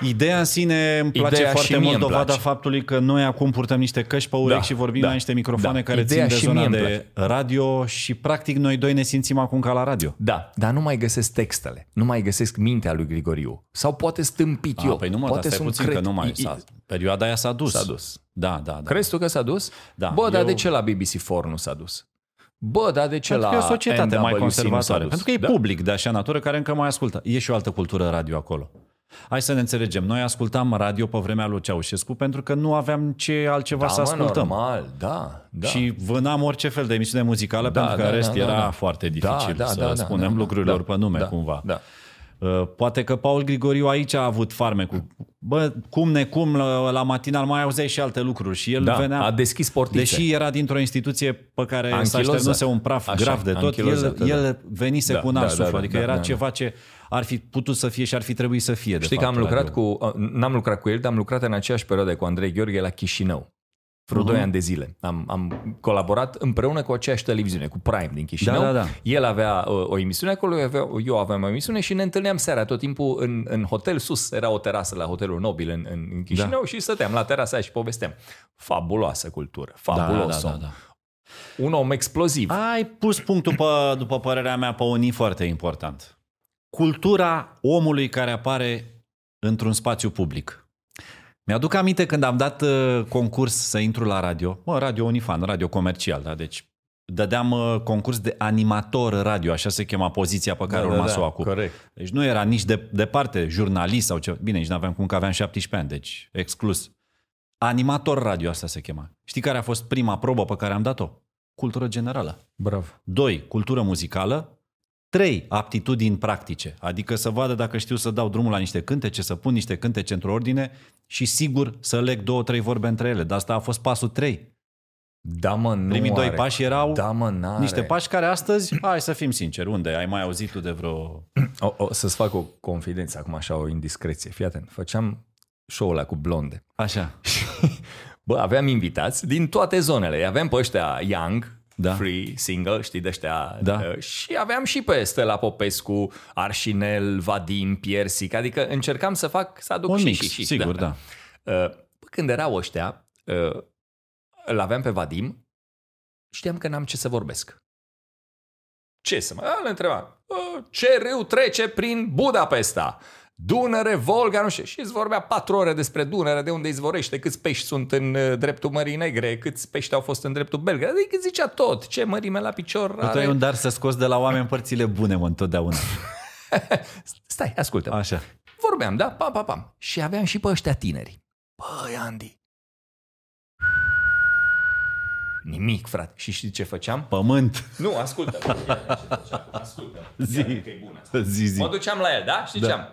Speaker 2: Ideea în sine îmi place
Speaker 1: Ideea și
Speaker 2: foarte
Speaker 1: mie
Speaker 2: mult
Speaker 1: îmi
Speaker 2: dovada
Speaker 1: place.
Speaker 2: faptului că noi acum purtăm niște căști pe urechi
Speaker 1: Da,
Speaker 2: și vorbim
Speaker 1: da,
Speaker 2: la niște microfoane
Speaker 1: da.
Speaker 2: care
Speaker 1: Ideea
Speaker 2: țin de
Speaker 1: și
Speaker 2: zona
Speaker 1: mie îmi
Speaker 2: de radio și practic noi doi ne simțim acum ca la radio.
Speaker 1: Da, dar nu mai găsesc textele, nu mai găsesc mintea lui Grigoriu. Sau poate stâmpit
Speaker 2: Ah,
Speaker 1: eu.
Speaker 2: păi nu mă,
Speaker 1: poate
Speaker 2: dar stai
Speaker 1: sunt
Speaker 2: puțin
Speaker 1: cret-
Speaker 2: că nu mai...
Speaker 1: I-
Speaker 2: S-a, perioada aia s-a dus.
Speaker 1: S-a dus.
Speaker 2: Da, da, da.
Speaker 1: Crezi tu că s-a dus?
Speaker 2: Da,
Speaker 1: Bă, dar
Speaker 2: eu-
Speaker 1: de ce la BBC4 nu s-a dus? Bă, dar de ce
Speaker 2: Pentru
Speaker 1: la
Speaker 2: că Adică e o societate mai
Speaker 1: NWC nu s-a
Speaker 2: conservatoare.
Speaker 1: dus?
Speaker 2: Pentru că e
Speaker 1: da.
Speaker 2: public de așa natură care încă mai ascultă. E și o altă cultură radio acolo. Hai să ne înțelegem. Noi ascultam radio pe vremea lui Ceaușescu pentru că nu aveam ce altceva
Speaker 1: da,
Speaker 2: să
Speaker 1: mă,
Speaker 2: ascultăm.
Speaker 1: normal, da, da.
Speaker 2: Și vânam orice fel de emisiune muzicală da, pentru că da, rest da, era da, foarte dificil da, da, să da, spunem da, lucrurilor da, pe nume
Speaker 1: da,
Speaker 2: cumva.
Speaker 1: Da.
Speaker 2: Uh, Poate că Paul Grigoriu aici a avut farme cu bă, cum necum la, la matinal mai auzeai și alte lucruri și el
Speaker 1: Da,
Speaker 2: venea
Speaker 1: a deschis portițe.
Speaker 2: Deși era dintr-o instituție pe care
Speaker 1: A
Speaker 2: s-a
Speaker 1: închilozat.
Speaker 2: șternuse un praf
Speaker 1: Așa,
Speaker 2: Așa, grav de
Speaker 1: a
Speaker 2: tot, el,
Speaker 1: închilozat,
Speaker 2: da.
Speaker 1: da.
Speaker 2: el venise
Speaker 1: Da,
Speaker 2: cu
Speaker 1: da,
Speaker 2: nasul,
Speaker 1: da, da,
Speaker 2: adică
Speaker 1: da,
Speaker 2: era
Speaker 1: da, da.
Speaker 2: ceva ce ar fi putut să fie și ar fi trebuit să fie. de
Speaker 1: Știi că
Speaker 2: fapt,
Speaker 1: am lucrat
Speaker 2: radio.
Speaker 1: cu, uh, n-am lucrat cu el, dar am lucrat în aceeași perioadă cu Andrei Gheorghe la Chișinău. Vreo
Speaker 2: Mhm.
Speaker 1: uh-huh. 2 ani de zile. Am, am colaborat împreună cu aceeași televiziune, cu Prime din Chișinău.
Speaker 2: Da, da, da.
Speaker 1: El avea uh, o, o emisiune acolo, eu, avea, eu aveam o emisiune și ne întâlneam seara tot timpul în, în hotel sus. Era o terasă la hotelul Nobil în, în, în Chișinău da. și stăteam la terasa aia și povesteam. Fabuloasă cultură,
Speaker 2: da, da,
Speaker 1: fabulos
Speaker 2: da, da,
Speaker 1: om.
Speaker 2: da. Ah,
Speaker 1: Un om exploziv.
Speaker 2: Ai pus punctul, pe, după părerea mea, pe unii foarte important. Cultura omului care apare într-un spațiu public. Mi-aduc aminte când am dat uh, concurs să intru la radio, mă, radio Unifan, radio comercial, da, deci dădeam uh, concurs de animator radio, așa se chema poziția pe care da, urma da, să o acum.
Speaker 1: Corect.
Speaker 2: Deci nu era nici de, departe jurnalist sau ce. Bine, nici n-aveam cum că aveam 17 ani, deci exclus. Animator radio asta se chema. Știi care a fost prima probă pe care am dat-o? Cultură generală.
Speaker 1: Bravo.
Speaker 2: 2. Cultură muzicală. 3. Aptitudini practice, adică să vadă dacă știu să dau drumul la niște cântece, să pun niște cântece într-o ordine și sigur să leg două, trei vorbe între ele. Dar asta a fost pasul 3.
Speaker 1: Da, mă, nu
Speaker 2: Primii doi
Speaker 1: are.
Speaker 2: pași erau
Speaker 1: da, mă, n-are.
Speaker 2: Niște pași care astăzi, hai să fim sinceri, unde? Ai mai auzit tu de vreo...
Speaker 1: O, o, să-ți fac o confidență acum, așa, o indiscreție. Fii atent, făceam show-ul ăla cu blonde.
Speaker 2: Așa.
Speaker 1: Bă, aveam invitați din toate zonele. Aveam pe ăștia young,
Speaker 2: Da.
Speaker 1: da. free, single, știi, de ăștia.
Speaker 2: Da.
Speaker 1: Uh, Și aveam și pe Stella Popescu, Arșinel, Vadim, Piersic. Adică încercam să fac, să aduc
Speaker 2: Un
Speaker 1: și,
Speaker 2: mix,
Speaker 1: și, și.
Speaker 2: sigur, da.
Speaker 1: Uh, bă, Când erau ăștia, uh, îl aveam pe Vadim, știam că n-am ce să vorbesc. Ce să mă... A, îl întrebam. "Ă, Ce râu trece prin Budapesta? Dunăre, Volga, nu știu. Și îți vorbea patru ore despre Dunăre, de unde izvorește, câți pești sunt în uh, dreptul Mării Negre, câți pești au fost în dreptul belga. Adică zicea tot, ce mărime la picior
Speaker 2: Tu ai
Speaker 1: are.
Speaker 2: un dar să scoți de la oameni părțile bune, mă, întotdeauna.
Speaker 1: Stai, ascultă
Speaker 2: Așa.
Speaker 1: Vorbeam, da? Pam, pam, pam. Și aveam și pe ăștia tineri. Băi, Andy. Nimic, frate. Și știi ce făceam?
Speaker 2: Pământ.
Speaker 1: Nu, ascultă. ascultă.
Speaker 2: Zi. Zi, zi.
Speaker 1: Mă duceam la el, da? Și ziceam.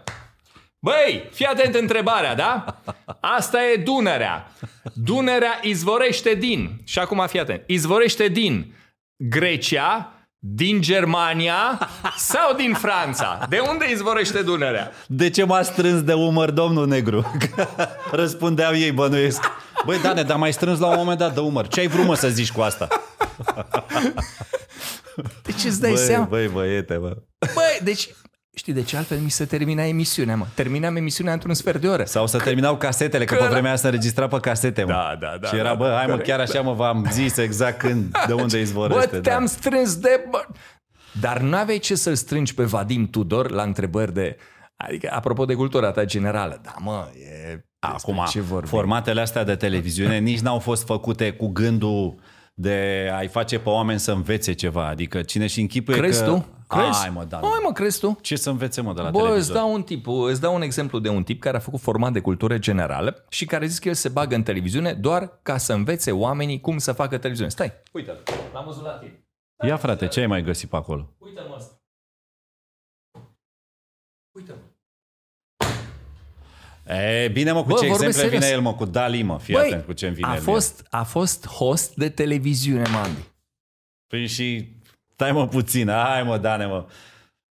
Speaker 1: Băi, fii atent întrebarea, da? Asta e Dunărea. Dunărea izvorește din, și acum fii atent, izvorește din Grecia, Din Germania sau din Franța? De unde izvorăște Dunărea?
Speaker 2: De ce m-a strâns de umăr domnul negru? Răspundeau ei, bănuiesc. Băi, Dane, dar mai strâns la un moment dat de umăr. Ce ai vrut mă să zici cu asta?
Speaker 1: Deci îți dai
Speaker 2: Băi,
Speaker 1: seama?
Speaker 2: băi, băiete, bă.
Speaker 1: Băi, deci... Știi de ce altfel mi se termina emisiunea, mă? Terminam emisiunea într-un sfert de oră.
Speaker 2: Sau să terminau casetele, că,
Speaker 1: că
Speaker 2: pe
Speaker 1: la-
Speaker 2: vremea asta înregistra pe casete, mă.
Speaker 1: Da, da, da,
Speaker 2: Și era,
Speaker 1: da,
Speaker 2: bă, hai mă,
Speaker 1: corect,
Speaker 2: chiar așa mă v-am zis exact când, de unde
Speaker 1: Bă,
Speaker 2: izvorăște. da.
Speaker 1: te-am strâns de... Bă. Dar n-aveai ce să-l strângi pe Vadim Tudor la întrebări de... Adică, apropo de cultura ta generală, da, mă, e...
Speaker 2: Acum,
Speaker 1: despre ce vorbim?
Speaker 2: formatele astea de televiziune nici n-au fost făcute cu gândul de a-i face pe oameni să învețe ceva. Adică cine și închipuie
Speaker 1: Crezi
Speaker 2: că...
Speaker 1: tu? Crezi?
Speaker 2: Hai mă, da.
Speaker 1: Hai mă, crezi tu?
Speaker 2: Ce să învețe, mă, de la
Speaker 1: Bă, îți
Speaker 2: televizor?
Speaker 1: dau, un tip, îți dau un exemplu de un tip care a făcut format de cultură generală și care zice că el se bagă în televiziune doar ca să învețe oamenii cum să facă televiziune. Stai, uite-l, l-am văzut la tine.
Speaker 2: Ia, frate, ce ai mai găsit pe acolo?
Speaker 1: Uite-mă ăsta. Uite-mă.
Speaker 2: E, bine, mă, cu
Speaker 1: Bă,
Speaker 2: ce
Speaker 1: vorbesc
Speaker 2: exemple
Speaker 1: serios.
Speaker 2: vine el, mă, cu Dali, mă, fii atent cu ce vine
Speaker 1: a
Speaker 2: el.
Speaker 1: fost, a fost host de televiziune, Mandy.
Speaker 2: Păi și... Stai mă puțin, hai mă, Dane, mă.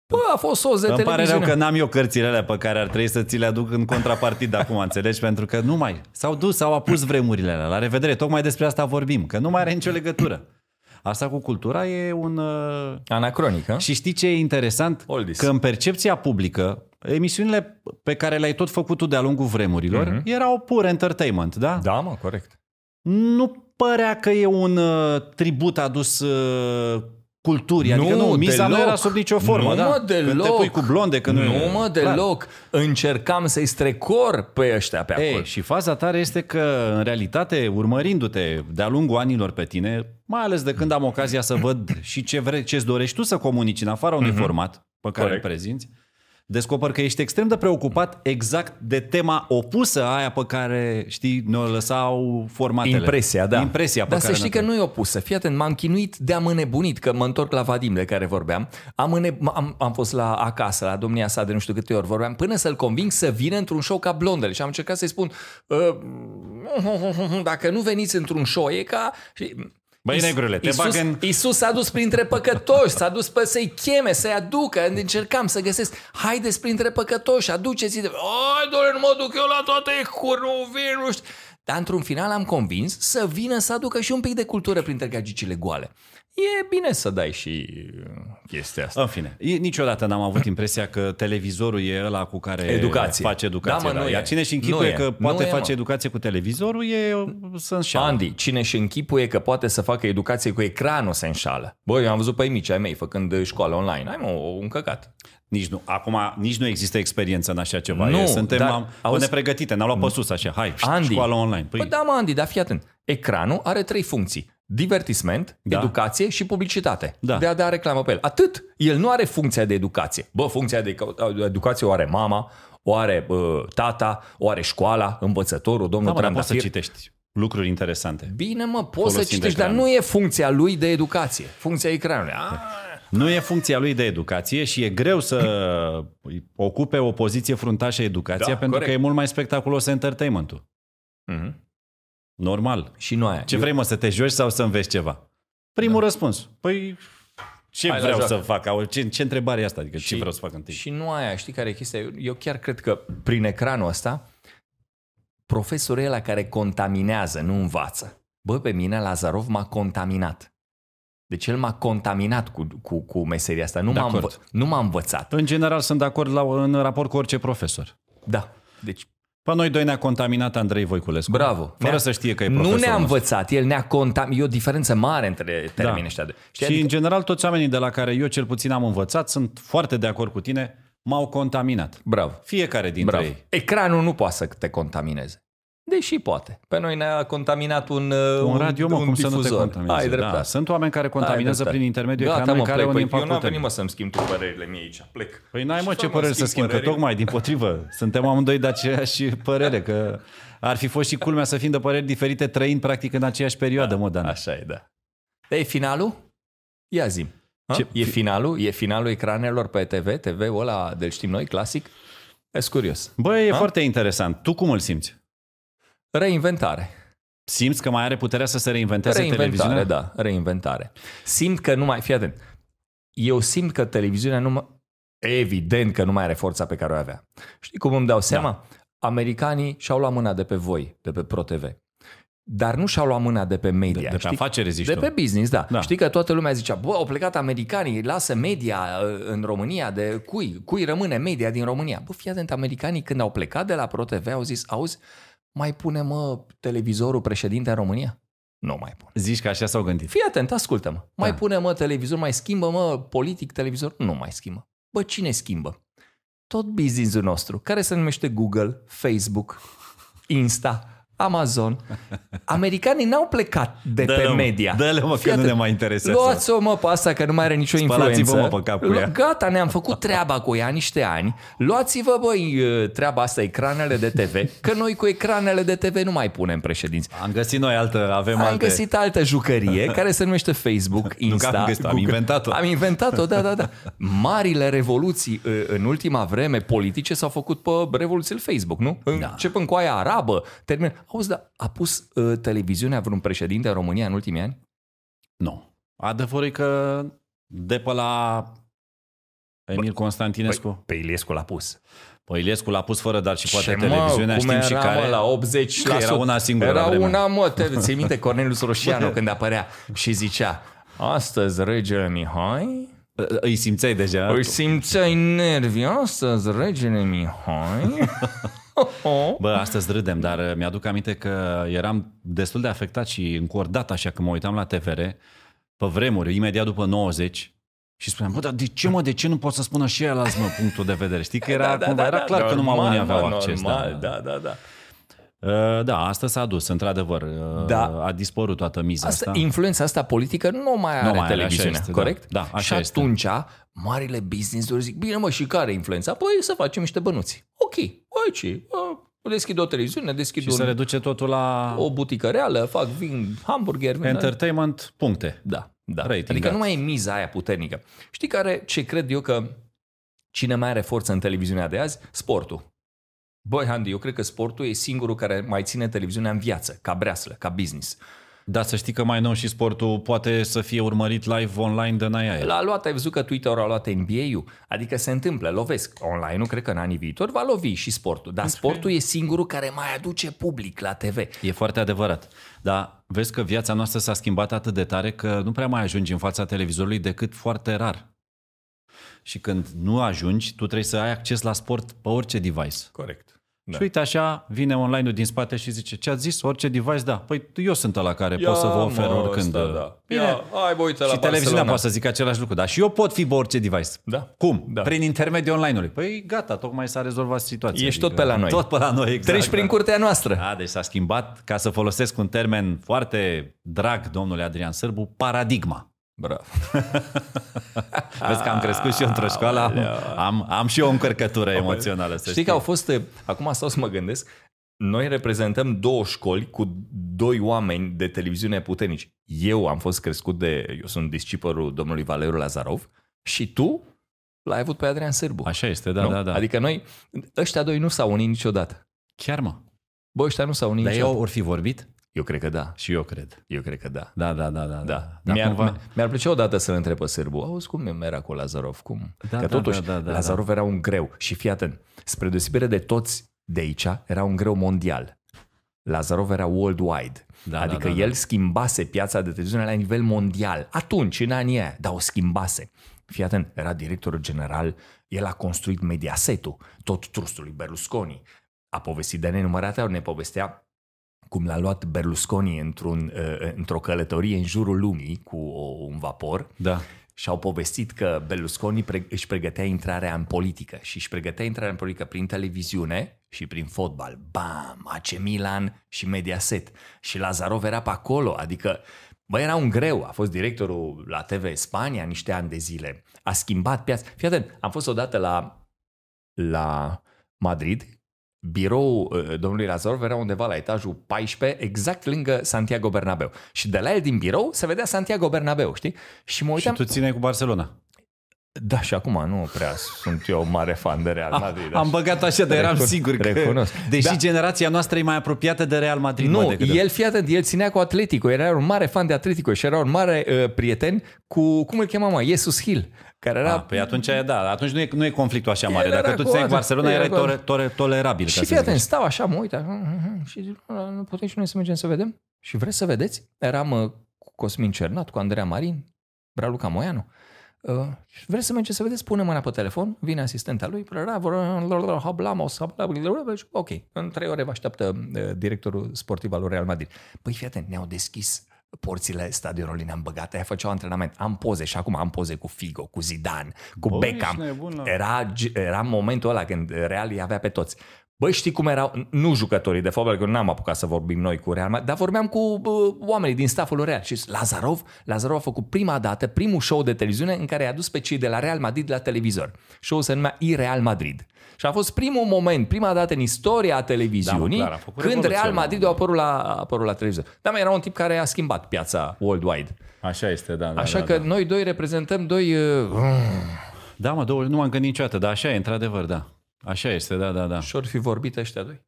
Speaker 1: Bă, a fost host de
Speaker 2: Îmi pare
Speaker 1: televiziune.
Speaker 2: rău că n-am eu cărțile alea pe care ar trebui să ți le aduc în contrapartid acum, înțelegi? Pentru că nu mai... S-au dus, s-au apus vremurile alea. La revedere, tocmai despre asta vorbim, că nu mai are nicio legătură. Asta cu cultura e un... uh,
Speaker 1: Anacronic, hă?
Speaker 2: Și știi ce e interesant?
Speaker 1: Oldies.
Speaker 2: Că în percepția publică, emisiunile pe care le-ai tot făcut tu de-a lungul vremurilor
Speaker 1: Mhm.
Speaker 2: mm-hmm. erau pur entertainment, da?
Speaker 1: Da, mă, corect.
Speaker 2: nu părea că e un uh, tribut adus uh, culturii. Adică
Speaker 1: Nu,
Speaker 2: nu, miza nu
Speaker 1: deloc.
Speaker 2: era sub nicio formă.
Speaker 1: Nu,
Speaker 2: da?
Speaker 1: mă,
Speaker 2: Când te
Speaker 1: deloc.
Speaker 2: pui cu blonde, când
Speaker 1: nu mă
Speaker 2: Clar.
Speaker 1: deloc. Încercam să-i strecor pe ăștia pe acolo.
Speaker 2: Ei, și faza tare este că, în realitate, urmărindu-te de-a lungul anilor pe tine, mai ales de când am ocazia să văd și ce vrei, ce-ți dorești tu să comunici în afara unui format pe care
Speaker 1: Mhm. Corect.
Speaker 2: îl prezinți, descoper că ești extrem de preocupat exact de tema opusă a aia pe care, știi, ne-o lăsau formatele.
Speaker 1: Impresia, da.
Speaker 2: Impresia pe
Speaker 1: Dar
Speaker 2: care
Speaker 1: să știi
Speaker 2: ne-o-
Speaker 1: că nu e opusă. Fii atent, m-am chinuit de-am înnebunit, că mă întorc la Vadim de care vorbeam. Am, îne- am, am fost la acasă, la domnia sa de nu știu câte ori vorbeam, până să-l conving să vină într-un show ca Blondel. Și am încercat să-i spun, "Ă, "Uh, dacă nu veniți într-un show, e ca... Și,
Speaker 2: Băi,
Speaker 1: Is-
Speaker 2: negrule, te
Speaker 1: Isus,
Speaker 2: bag în-
Speaker 1: Isus s-a dus printre păcătoși, s-a dus pe să-i cheme, să-i aducă. Încercam să găsesc, haideți printre păcătoși, aduceți-i. de- Ai, doamne, nu mă duc eu la toate curi, nu vin, nu știu. Dar într-un final am convins să vină să aducă și un pic de cultură printre gagicile goale. E bine să dai și uh, chestia asta.
Speaker 2: În fine, e- niciodată n-am avut impresia că televizorul e ăla cu care
Speaker 1: Educație.
Speaker 2: face educație.
Speaker 1: Da, mă, nu e.
Speaker 2: Iar cine și
Speaker 1: Nu
Speaker 2: închipuie
Speaker 1: e.
Speaker 2: că poate
Speaker 1: Nu e,
Speaker 2: face
Speaker 1: mă.
Speaker 2: educație cu televizorul e sunt șan.
Speaker 1: Andy, cine și închipuie că poate să facă educație cu ecranul se înșală. Băi, eu am văzut pe ei mici ai mei făcând școală online. Ai mă, un căcat.
Speaker 2: Nici nu, acum nici nu există experiență în așa ceva.
Speaker 1: Nu,
Speaker 2: e, suntem
Speaker 1: dar,
Speaker 2: am,
Speaker 1: auzi-
Speaker 2: nepregătite, n-am luat pe sus așa. Hai,
Speaker 1: Andy.
Speaker 2: Andy. școală online.
Speaker 1: Păi, da, mă, Andy, dar fii atent. Ecranul are trei funcții. Divertisment, da.
Speaker 2: Da.
Speaker 1: educație și publicitate.
Speaker 2: Da.
Speaker 1: De a da reclamă pe el. Atât. El nu are funcția de educație. Bă, funcția de educație o are mama, o are bă, tata, o are școala, învățătorul,
Speaker 2: da,
Speaker 1: domnul
Speaker 2: mă, dar poți să
Speaker 1: Trandafir.
Speaker 2: citești lucruri interesante.
Speaker 1: Bine, mă, poți să
Speaker 2: Folosind
Speaker 1: citești, dar
Speaker 2: ecranul.
Speaker 1: nu e funcția lui de educație. Funcția ecranului. Ah, A,
Speaker 2: Nu e funcția lui de educație și e greu să ocupe o poziție fruntașă educația
Speaker 1: Da,
Speaker 2: pentru
Speaker 1: corect.
Speaker 2: că e mult mai spectaculos entertainment-ul.
Speaker 1: Mhm.
Speaker 2: Normal.
Speaker 1: Și nu aia.
Speaker 2: Ce vrei, mă, să te joci sau să înveți ceva? Primul da. răspuns. Păi, ce
Speaker 1: Hai
Speaker 2: Hai
Speaker 1: la
Speaker 2: vreau
Speaker 1: joacă.
Speaker 2: să fac? Au- Ce, ce întrebare e asta? Adică, și, ce vreau să fac întâi? Și...
Speaker 1: Și nu aia, știi care e chestia? Eu- Eu chiar cred că prin ecranul ăsta, profesorul e ăla care contaminează, nu învață. Bă, pe mine Lazarov m-a contaminat. Deci el m-a contaminat cu, cu, cu meseria asta. Nu
Speaker 2: De
Speaker 1: m-a,
Speaker 2: acord.
Speaker 1: învă- nu m-a învățat.
Speaker 2: În general, sunt de acord la, în raport cu orice profesor.
Speaker 1: Da. Deci,
Speaker 2: Pe noi doi ne-a contaminat Andrei Voiculescu.
Speaker 1: Bravo.
Speaker 2: Fără
Speaker 1: Ne-a-
Speaker 2: să știe că e
Speaker 1: nu
Speaker 2: profesor.
Speaker 1: ne-a învățat, el ne-a contaminat. E o diferență mare între termenii ăștia. de-
Speaker 2: Da. Și
Speaker 1: Știi? Adică,
Speaker 2: în general, toți oamenii de la care eu cel puțin am învățat sunt foarte de acord cu tine, m-au contaminat.
Speaker 1: bravo.
Speaker 2: Fiecare dintre
Speaker 1: Bravo.
Speaker 2: ei.
Speaker 1: Ecranul nu poate să te contamineze. Deși poate. Pe noi ne-a contaminat un, uh,
Speaker 2: Un radio, mă,
Speaker 1: un
Speaker 2: cum
Speaker 1: difuzor.
Speaker 2: să nu te contamineze.
Speaker 1: Ai dreptate.
Speaker 2: Da, sunt oameni care contaminează
Speaker 1: Ai
Speaker 2: prin intermediul
Speaker 1: dreptate.
Speaker 2: ecranului
Speaker 1: Gata,
Speaker 2: care
Speaker 1: mă,
Speaker 2: au un
Speaker 1: plec. Păi
Speaker 2: impact
Speaker 1: Eu n-am
Speaker 2: puternic.
Speaker 1: venit, mă, să-mi schimb tu părerile mie aici. Plec.
Speaker 2: Păi n-ai mă
Speaker 1: Și
Speaker 2: ce
Speaker 1: mă,
Speaker 2: părere să
Speaker 1: schimb
Speaker 2: schimb, că
Speaker 1: părerile.
Speaker 2: tocmai din potrivă suntem amândoi de aceeași părere, că ar fi fost și culmea să fim de păreri diferite trăind practic în aceeași perioadă, mă, Dan.
Speaker 1: Așa e, da. Dar e finalul? Ia zi
Speaker 2: Ce-
Speaker 1: E finalul? E finalul ecranelor pe TV? TV-ul ăla, de știm noi, clasic? E curios.
Speaker 2: Băi, e foarte interesant. Tu cum îl simți?
Speaker 1: Reinventare.
Speaker 2: Simți că mai are puterea să se reinventeze
Speaker 1: Reinventare,
Speaker 2: televiziunea?
Speaker 1: da, reinventare. Simt că nu mai, fii atent, eu simt că televiziunea nu mă... Evident că nu mai are forța pe care o avea. Știi cum îmi dau seama? Da. Americanii și-au luat mâna de pe voi, de pe ProTV. Dar nu și-au luat mâna de pe media.
Speaker 2: De pe
Speaker 1: știi?
Speaker 2: afacere, zici
Speaker 1: de
Speaker 2: tu.
Speaker 1: pe business, da.
Speaker 2: Da.
Speaker 1: da. Știi că toată lumea zicea, bă, au plecat americanii, lasă media uh, în România, de cui? Cui rămâne media din România? Bă, fii atent, americanii când au plecat de la ProTV au zis, auzi, mai pune mă televizorul președinte în România? Nu mai pun.
Speaker 2: Zici că așa s-au gândit.
Speaker 1: Fii atent, ascultă-mă. Mai
Speaker 2: Da.
Speaker 1: pune mă televizor, mai schimbă mă politic televizor? Nu mai schimbă. Bă, cine schimbă? Tot business-ul nostru, care se numește Google, Facebook, Insta, Amazon. Americanii n-au plecat de
Speaker 2: Dă-le,
Speaker 1: pe
Speaker 2: mă,
Speaker 1: media.
Speaker 2: Dă-le mă,
Speaker 1: Fii
Speaker 2: că nu ne
Speaker 1: atent.
Speaker 2: mai interesează.
Speaker 1: Luați-o mă pe asta că nu mai are nicio
Speaker 2: Spălați-vă,
Speaker 1: influență.
Speaker 2: mă, pe cap cu ea.
Speaker 1: Gata, ne-am făcut treaba cu ea niște ani. Luați-vă, băi, treaba asta, ecranele de TV, că noi cu ecranele de TV nu mai punem președinți.
Speaker 2: Am găsit noi altă, avem
Speaker 1: Am
Speaker 2: alte.
Speaker 1: găsit altă jucărie care se numește Facebook, Insta.
Speaker 2: că am găsit-o, am
Speaker 1: Google.
Speaker 2: inventat-o.
Speaker 1: Am inventat-o, da, da, da. Marile revoluții uh, în ultima vreme politice s-au făcut pe revoluțiile Facebook, nu? Da. Începând cu aia arabă, termin. Auzi, dar a pus uh, televiziunea vreun președinte în România în ultimii ani?
Speaker 2: Nu. Adevărul e că de pe la Emil Constantinescu.
Speaker 1: Pe Iliescu l-a pus.
Speaker 2: Păi Iliescu l-a pus fără, dar și poate
Speaker 1: Ce, mă,
Speaker 2: televiziunea
Speaker 1: cum
Speaker 2: știm și
Speaker 1: era,
Speaker 2: care.
Speaker 1: Mă, la 80
Speaker 2: Că era una singură la
Speaker 1: Era
Speaker 2: vremea.
Speaker 1: una, mă, te, ții minte Cornelius Roșianu când apărea și zicea Astăzi regele Mihai
Speaker 2: Îi simțeai deja.
Speaker 1: Îi simțeai nervii astăzi, regele Mihai?
Speaker 2: Bă, astăzi râdem, dar uh, mi-aduc aminte că eram destul de afectat și încordat așa când mă uitam la TVR pe vremuri, imediat după 90 și spuneam, bă, dar de ce mă, de ce nu pot să spună și el mă, punctul de vedere? Știi că era, da, da, cumva, era clar că numai unii aveau acces.
Speaker 1: Normal, da, da, da.
Speaker 2: Uh, Da, asta s-a dus, într-adevăr. Uh,
Speaker 1: Da.
Speaker 2: A dispărut toată miza
Speaker 1: Asta,
Speaker 2: asta.
Speaker 1: influența asta politică nu o mai are
Speaker 2: Nu mai are, așa
Speaker 1: televiziunea,
Speaker 2: este, da.
Speaker 1: corect?
Speaker 2: Da, așa
Speaker 1: și
Speaker 2: este.
Speaker 1: atunci, marile business-uri zic, bine mă, și care e influența? Păi să facem niște bănuți. Ok, băi ce, bă, deschid o televiziune, deschid
Speaker 2: Și se
Speaker 1: un,
Speaker 2: reduce totul la
Speaker 1: o da. butică reală, fac vin, hamburger, vin,
Speaker 2: entertainment, puncte.
Speaker 1: Da, da.
Speaker 2: Rating,
Speaker 1: adică
Speaker 2: da.
Speaker 1: nu mai e miza aia puternică. Știi care, ce cred eu că cine mai are forță în televiziunea de azi? Sportul. Băi, Andy, eu cred că sportul e singurul care mai ține televiziunea în viață, ca breaslă, ca business.
Speaker 2: Dar să știi că mai nou și sportul poate să fie urmărit live online de naia.
Speaker 1: L-a luat, ai văzut că Twitter a luat NBA-ul? Adică se întâmplă, lovesc. Online, nu cred că în anii viitori va lovi și sportul. Dar sportul e singurul care mai aduce public la TV.
Speaker 2: E foarte adevărat. Dar vezi că viața noastră s-a schimbat atât de tare că nu prea mai ajungi în fața televizorului decât foarte rar. Și când nu ajungi, tu trebuie să ai acces la sport pe orice device.
Speaker 1: Corect.
Speaker 2: Da. Și uite așa, vine online-ul din spate și zice, ce ați zis? Orice device, da. Păi eu sunt la care
Speaker 1: Da.
Speaker 2: pot să vă ofer oricând. Bine.
Speaker 1: hai, bă, uite
Speaker 2: și televiziunea poate să zică același lucru, dar și eu pot fi pe orice device.
Speaker 1: Da.
Speaker 2: Cum?
Speaker 1: Da.
Speaker 2: Prin intermediul online-ului. Păi gata, tocmai s-a rezolvat situația.
Speaker 1: Ești tot pe la noi.
Speaker 2: Tot pe la noi, exact.
Speaker 1: Treci prin
Speaker 2: da.
Speaker 1: curtea noastră.
Speaker 2: Da, deci s-a schimbat, ca să folosesc un termen foarte drag, domnule Adrian Sârbu, paradigma.
Speaker 1: Bravo.
Speaker 2: Vezi că am crescut și eu într-o școală, am, am, am și eu o încărcătură emoțională. Să
Speaker 1: Știi, că au fost, eh, acum stau să mă gândesc, noi reprezentăm două școli cu doi oameni de televiziune puternici. Eu am fost crescut de, eu sunt discipărul domnului Valeriu Lazarov și tu l-ai avut pe Adrian Sârbu.
Speaker 2: Așa este, da,
Speaker 1: nu?
Speaker 2: da, da. Adică...
Speaker 1: Adică noi, ăștia doi nu s-au unit niciodată.
Speaker 2: Chiar mă.
Speaker 1: Bă, ăștia nu s-au unit
Speaker 2: Dar
Speaker 1: niciodată.
Speaker 2: eu ori fi vorbit?
Speaker 1: eu cred că da,
Speaker 2: Și eu cred.
Speaker 1: eu cred că da.
Speaker 2: Da, da, da, da.
Speaker 1: Da.
Speaker 2: Dar
Speaker 1: mi-ar,
Speaker 2: cumva...
Speaker 1: mi-ar plăcea odată să-l întreb pe Sârbu, auzi cum era cu Lazarov, cum?
Speaker 2: Da,
Speaker 1: că
Speaker 2: da,
Speaker 1: totuși,
Speaker 2: da, da, da,
Speaker 1: Lazarov era un greu și fii atent, spre deosebire de toți de aici, era un greu mondial. Lazarov era worldwide.
Speaker 2: Da,
Speaker 1: adică
Speaker 2: da, da,
Speaker 1: el schimbase piața de televiziune la nivel mondial. Atunci, în anii aia, dar o schimbase. Fii atent, era directorul general, el a construit Mediasetul, tot trustul lui Berlusconi. A povestit de nenumărate ori, ne povestea cum l-a luat Berlusconi într-un, uh, într-o călătorie în jurul lumii cu o, un vapor
Speaker 2: Da.
Speaker 1: și au povestit că Berlusconi pre- își pregătea intrarea în politică și își pregătea intrarea în politică prin televiziune și prin fotbal. Bam! AC Milan și Mediaset. Și Lazarov era pe acolo, adică Bă, era un greu, a fost directorul la TV Spania niște ani de zile, a schimbat piața. Fii atent, am fost odată la, la Madrid, birou domnului Lazarov era undeva la etajul 14, exact lângă Santiago Bernabeu. Și de la el din birou se vedea Santiago Bernabeu, știi? Și mă
Speaker 2: Și
Speaker 1: uitam...
Speaker 2: tu țineai cu Barcelona.
Speaker 1: Da, și acum nu prea sunt eu mare fan de Real Madrid.
Speaker 2: Ah, Am băgat așa, dar eram
Speaker 1: Recun-
Speaker 2: sigur că...
Speaker 1: Da. recunosc.
Speaker 2: Deși
Speaker 1: Da.
Speaker 2: generația noastră e mai apropiată de Real Madrid. mă,
Speaker 1: Nu,
Speaker 2: decât de-
Speaker 1: el, fii atent, el ținea cu Atletico, era un mare fan de Atletico și era un mare uh, prieten cu, cum îl chema, mă, Jesus Hill, care era...
Speaker 2: A, păi atunci, da, atunci nu e, nu e conflictul așa mare.
Speaker 1: El era
Speaker 2: Dacă tu
Speaker 1: cu
Speaker 2: ți cu
Speaker 1: altul,
Speaker 2: Barcelona,
Speaker 1: era
Speaker 2: erai
Speaker 1: cu altul.
Speaker 2: tore, tore, tolerabil. ca
Speaker 1: și
Speaker 2: să
Speaker 1: fii
Speaker 2: zic
Speaker 1: atent,
Speaker 2: așa.
Speaker 1: stau așa, mă uit, așa, mhm, și zic, "Bă, nu putem și noi să mergem să vedem? Și vreți să vedeți? Eram uh, cu Cosmin Cernat, cu Andreea Marin, Braluca Moianu. Uh, și vreți să mergem să vedeți? Pune mâna pe telefon, vine asistenta lui, "Bra, bra, bra, bra, hablamos, hablamos." ok, în trei ore vă așteaptă uh, directorul sportiv al lui Real Madrid. Păi fii atent, ne-au deschis porțile stadionului, ne-am băgat, aia făceau antrenament. Am poze și acum am poze cu Figo, cu Zidane, cu
Speaker 2: Bă,
Speaker 1: Beckham.
Speaker 2: ești nebun, la-
Speaker 1: Era, ge- era momentul ăla când Real îi avea pe toți. Băi, știi cum erau, nu jucătorii de fotbal, că n-am apucat să vorbim noi cu Real, Madrid, dar vorbeam cu bă, oamenii din staful lui Real. Și zis, Lazarov, Lazarov a făcut prima dată, primul show de televiziune în care i-a dus pe cei de la Real Madrid la televizor. Show se numea Real Madrid. Și a fost primul moment, prima dată în istoria televiziunii,
Speaker 2: Da, clar, a făcut
Speaker 1: când
Speaker 2: revoluție,
Speaker 1: Real
Speaker 2: mă.
Speaker 1: Madrid a apărut la, a apărut la televizor. Dar mai era un tip care a schimbat piața worldwide.
Speaker 2: Așa este, da. da
Speaker 1: Așa
Speaker 2: da,
Speaker 1: că
Speaker 2: Da.
Speaker 1: noi doi reprezentăm doi... Uh,
Speaker 2: da, mă, două, nu m-am gândit niciodată, dar așa e, într-adevăr, da. Așa este, da, da, da.
Speaker 1: și ori fi vorbit ăștia doi.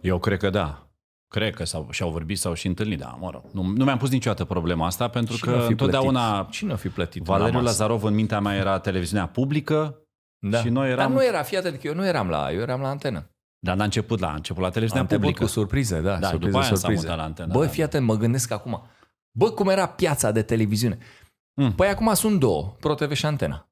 Speaker 2: Eu cred că da. Cred că s-au, și-au vorbit, s-au și întâlnit, da, mă rog. Nu, nu mi-am pus niciodată problema asta, pentru
Speaker 1: n-o
Speaker 2: că
Speaker 1: fi
Speaker 2: întotdeauna da,
Speaker 1: Plătit? Cine a fi plătit? la
Speaker 2: Valeriu
Speaker 1: masă?
Speaker 2: Lazarov în mintea mea era televiziunea publică,
Speaker 1: Da.
Speaker 2: și noi eram-
Speaker 1: Dar nu era, fii atent, că eu nu eram la, eu eram la antenă.
Speaker 2: dar la început, la început la televiziunea
Speaker 1: debut
Speaker 2: publică.
Speaker 1: cu surprize, da,
Speaker 2: Da,
Speaker 1: surprize,
Speaker 2: după aia s-a
Speaker 1: surprize.
Speaker 2: mutat la antenă,
Speaker 1: Bă,
Speaker 2: da.
Speaker 1: fii atent, mă gândesc acum. Bă, cum era piața de televiziune? Mm. Păi acum sunt două, ProTV și
Speaker 2: Adică-
Speaker 1: Antena.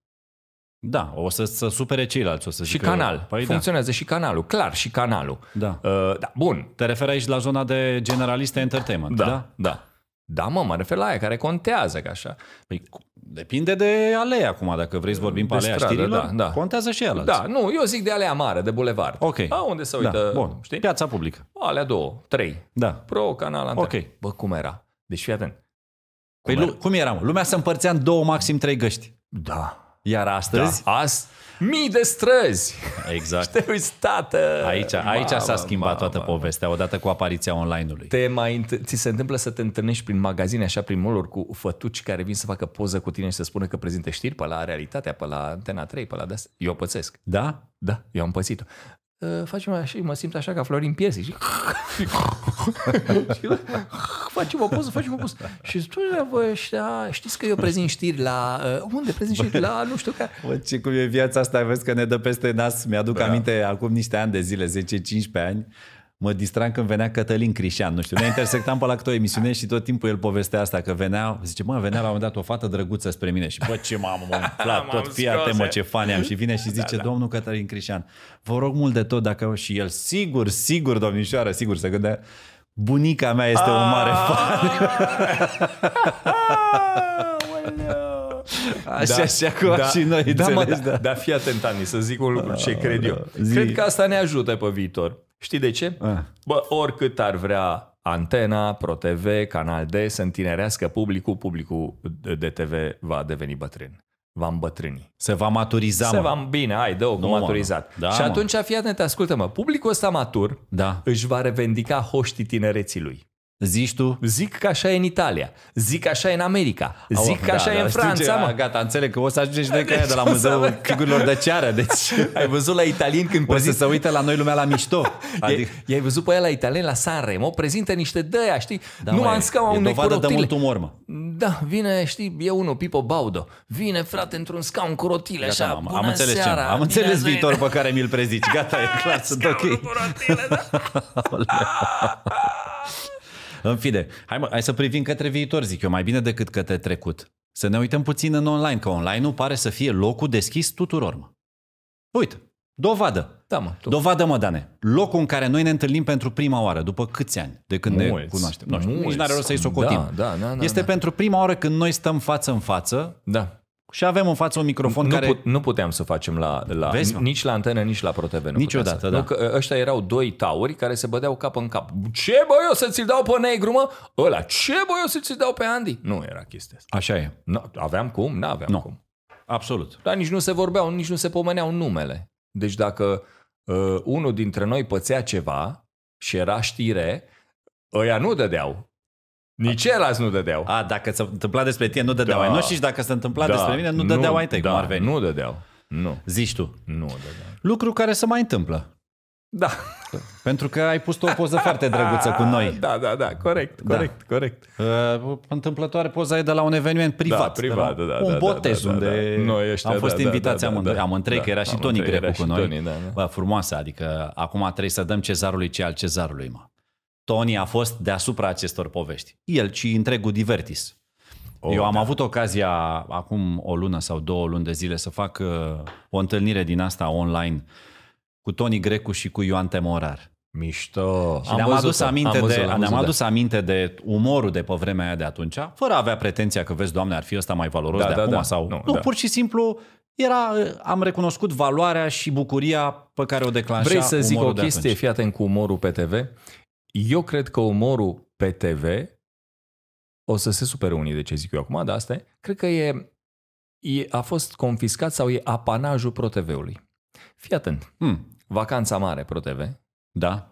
Speaker 2: Da, o să, să supere ceilalți, o să
Speaker 1: Și
Speaker 2: zică,
Speaker 1: canal.
Speaker 2: Păi da,
Speaker 1: Funcționează și canalul, clar, și canalul.
Speaker 2: da.
Speaker 1: Uh, da, bun,
Speaker 2: Te referi aici la zona de generaliste entertainment, da?
Speaker 1: da, da. Da, mă, mă refer la aia care contează, că așa.
Speaker 2: Păi, cu- depinde de alea acum, dacă vrei să vorbim pe
Speaker 1: De
Speaker 2: alea
Speaker 1: stradă,
Speaker 2: știrilor,
Speaker 1: da, da.
Speaker 2: contează și ele.
Speaker 1: Da, nu, eu zic de alea mare, de bulevard.
Speaker 2: Ok.
Speaker 1: A, unde se uită,
Speaker 2: da. Bun,
Speaker 1: știi?
Speaker 2: Piața publică.
Speaker 1: Alea două, trei.
Speaker 2: Da.
Speaker 1: Pro, canal, antenă.
Speaker 2: Ok.
Speaker 1: Bă, cum era? Deci fii atent.
Speaker 2: Păi lu- cum era, mă? Lumea se împărțea în două, maxim trei găști.
Speaker 1: Da.
Speaker 2: Iar astăzi...
Speaker 1: Da. Azi, mii de străzi.
Speaker 2: Exact.
Speaker 1: Te uiți, tată.
Speaker 2: Aici, aici s-a
Speaker 1: Mamă,
Speaker 2: schimbat
Speaker 1: mamă.
Speaker 2: toată povestea, odată cu apariția online-ului.
Speaker 1: Te mai, înt- ți se întâmplă să te întâlnești prin magazine, așa, prin mall cu fătuci care vin să facă poză cu tine și să spună că prezintă știri pe la Realitatea, pe la Antena 3, pe la de Eu pățesc.
Speaker 2: Da?
Speaker 1: Da, eu am pățit-o. Uh, facem așa, mă simt așa ca Florin Piersic. Și, și facem o poză, facem o poză. Și spune, vă, ăștia, știți că eu prezint știri la... Uh, unde prezint știri? La nu știu care.
Speaker 2: Bă, ce cum e viața asta, vezi că ne dă peste nas. Mi-aduc da. aminte acum niște ani de zile, 10-15 ani, mă distram când venea Cătălin Crișan, nu știu, ne intersectam pe la câte o emisiune și tot timpul el povestea asta, că venea, zice, mă, venea la un moment dat o fată drăguță spre mine și bă, ce m-am umflat,
Speaker 1: M-am
Speaker 2: tot fii atent, mă,
Speaker 1: scos,
Speaker 2: ce fan am și vine și zice, eh." da, da. domnul Cătălin Crișan, vă rog mult de tot dacă și el, sigur, sigur, domnișoară, sigur, se gândea, bunica mea este o mare fan. Așa și acum și noi,
Speaker 1: da, mă,
Speaker 2: înțelegi,
Speaker 1: da, da, fii atent, Ani, să zic un lucru ce cred eu.
Speaker 2: Zi.
Speaker 1: Cred că asta ne ajută pe viitor. Știi de ce?
Speaker 2: Ah.
Speaker 1: Bă, oricât ar vrea Antena, ProTV, Canal D să întinerească publicul, publicul de TV va deveni bătrân. Va îmbătrâni.
Speaker 2: Se va maturiza,
Speaker 1: Se
Speaker 2: Da, mă.
Speaker 1: va bine, hai, dă-o cu
Speaker 2: mă,
Speaker 1: maturizat.
Speaker 2: da,
Speaker 1: și
Speaker 2: mă.
Speaker 1: atunci, fii atent, ascultă-mă, publicul ăsta matur
Speaker 2: Da.
Speaker 1: își va revendica hoștii tinereții lui.
Speaker 2: Zici tu?
Speaker 1: Zic că așa e în Italia, zic că așa e în America, zic că așa e în
Speaker 2: știu da, ce,
Speaker 1: Franța,
Speaker 2: a,
Speaker 1: mă.
Speaker 2: Gata, înțeleg că o să ajungem și noi
Speaker 1: Deci
Speaker 2: deci, de la
Speaker 1: o să
Speaker 2: Muzeul
Speaker 1: avem-
Speaker 2: Figurilor de Ceară, deci
Speaker 1: Ai văzut la italieni când
Speaker 2: o să
Speaker 1: prezintă...
Speaker 2: se uite la noi lumea la mișto. Adică,
Speaker 1: Adică... I-ai văzut pe el la italian la Sanremo, prezintă niște dăia, știi? Da, nu
Speaker 2: mă,
Speaker 1: am scăma
Speaker 2: e
Speaker 1: unei
Speaker 2: dovadă de
Speaker 1: corotile.
Speaker 2: mult umor, mă.
Speaker 1: Da, vine, știi, e unul, Pipo Baudo. Vine, frate, într-un scaun cu rotile,
Speaker 2: Gata,
Speaker 1: așa,
Speaker 2: am,
Speaker 1: bună
Speaker 2: am înțeles ce
Speaker 1: seara,
Speaker 2: am, am
Speaker 1: bine
Speaker 2: înțeles
Speaker 1: ați venit."
Speaker 2: viitorul pe care mi-l prezici. Gata, e clar, sunt ok.
Speaker 1: Scaunul cu rotile, da.
Speaker 2: În fine, hai, mă, hai să privim către viitor, zic eu, mai bine decât către trecut. Să ne uităm puțin în online, că online-ul pare să fie locul deschis tuturor, mă. Uite, dovadă.
Speaker 1: Da, mă, tu.
Speaker 2: Dovadă, mă, Dane. Locul în care noi ne întâlnim pentru prima oară, după câți ani de când ne
Speaker 1: Mulți,
Speaker 2: cunoaștem. Nu știu, nici
Speaker 1: mulți.
Speaker 2: n-are rost să-i socotim.
Speaker 1: Da, da, da, da,
Speaker 2: este
Speaker 1: da.
Speaker 2: pentru prima oară când noi stăm față în față
Speaker 1: Da.
Speaker 2: și avem în față un microfon
Speaker 1: Nu,
Speaker 2: care...
Speaker 1: care... put, nu puteam să facem la, la
Speaker 2: Vezi, mă?
Speaker 1: nici la antenă, nici la ProTV. Nu
Speaker 2: Niciodată,
Speaker 1: puteam să.
Speaker 2: da.
Speaker 1: Nu, că ăștia erau doi tauri care se bădeau cap în cap. Ce bă, eu să ți-l dau pe negru, mă? Ăla, ce bă, eu să ți-l dau pe Andy? Nu era chestia asta.
Speaker 2: Așa e.
Speaker 1: Nu, aveam cum? N-aveam
Speaker 2: Nu.
Speaker 1: cum.
Speaker 2: Absolut.
Speaker 1: Dar nici nu se vorbeau, nici nu se pomeneau numele. Deci dacă uh, unul dintre noi pățea ceva și era știre, ăia nu dădeau. Nici el nu dădeau.
Speaker 2: A, dacă s-a întâmplat despre tine, nu dădeau
Speaker 1: Da.
Speaker 2: ai noștri și dacă s-a întâmplat despre mine, nu dădeau ai tăi,
Speaker 1: da,
Speaker 2: cum ar veni.
Speaker 1: Nu dădeau. Nu,
Speaker 2: Zici tu.
Speaker 1: nu dădeau.
Speaker 2: Lucru care se mai întâmplă.
Speaker 1: Da.
Speaker 2: Pentru că ai pus tu o poză foarte drăguță cu noi.
Speaker 1: Da, da, da, corect, corect, da. corect.
Speaker 2: Uh, întâmplătoare poza e de la un eveniment privat.
Speaker 1: Da, privat,
Speaker 2: de la
Speaker 1: da,
Speaker 2: Un
Speaker 1: da,
Speaker 2: botez
Speaker 1: da, da, da,
Speaker 2: unde
Speaker 1: da. Noi ăștia,
Speaker 2: am fost
Speaker 1: da, da, da,
Speaker 2: invitați
Speaker 1: da,
Speaker 2: amândoi,
Speaker 1: da.
Speaker 2: amândrei, că era și
Speaker 1: Da,
Speaker 2: Toni
Speaker 1: amândoi,
Speaker 2: Grecu
Speaker 1: era
Speaker 2: cu
Speaker 1: și
Speaker 2: noi.
Speaker 1: Toni, da, da.
Speaker 2: Bă, frumoasă, adică acum trebuie să dăm cezarului ce al cezarului, mă. Toni a fost deasupra acestor povești. El, ci întregul divertis.
Speaker 1: Oh,
Speaker 2: Eu am
Speaker 1: da.
Speaker 2: avut ocazia acum o lună sau două luni de zile să fac uh, o întâlnire din asta online cu Toni Grecu și cu Ioan Temorar.
Speaker 1: Mișto.
Speaker 2: Și ne-am adus, aminte
Speaker 1: am da.
Speaker 2: de,
Speaker 1: văzut, am
Speaker 2: ne-am
Speaker 1: văzut,
Speaker 2: adus aminte de umorul de pe vremea aia de atunci, fără a avea pretenția că, vezi, doamne, ar fi ăsta mai valoros
Speaker 1: Da,
Speaker 2: de
Speaker 1: da,
Speaker 2: acum
Speaker 1: da.
Speaker 2: sau...
Speaker 1: Nu,
Speaker 2: nu
Speaker 1: da.
Speaker 2: pur și simplu era, am recunoscut valoarea și bucuria pe care o declanșa
Speaker 1: Vrei să zic
Speaker 2: da. umorul
Speaker 1: o
Speaker 2: de
Speaker 1: chestie,
Speaker 2: atunci.
Speaker 1: fii atent cu umorul pe TV. Eu cred că umorul pe TV, o să se supere unii de ce zic eu acum, dar asta e, cred că e, e, a fost confiscat sau e apanajul ProTV-ului. Fii atent.
Speaker 2: Hmm,
Speaker 1: Vacanța mare ProTV,
Speaker 2: da,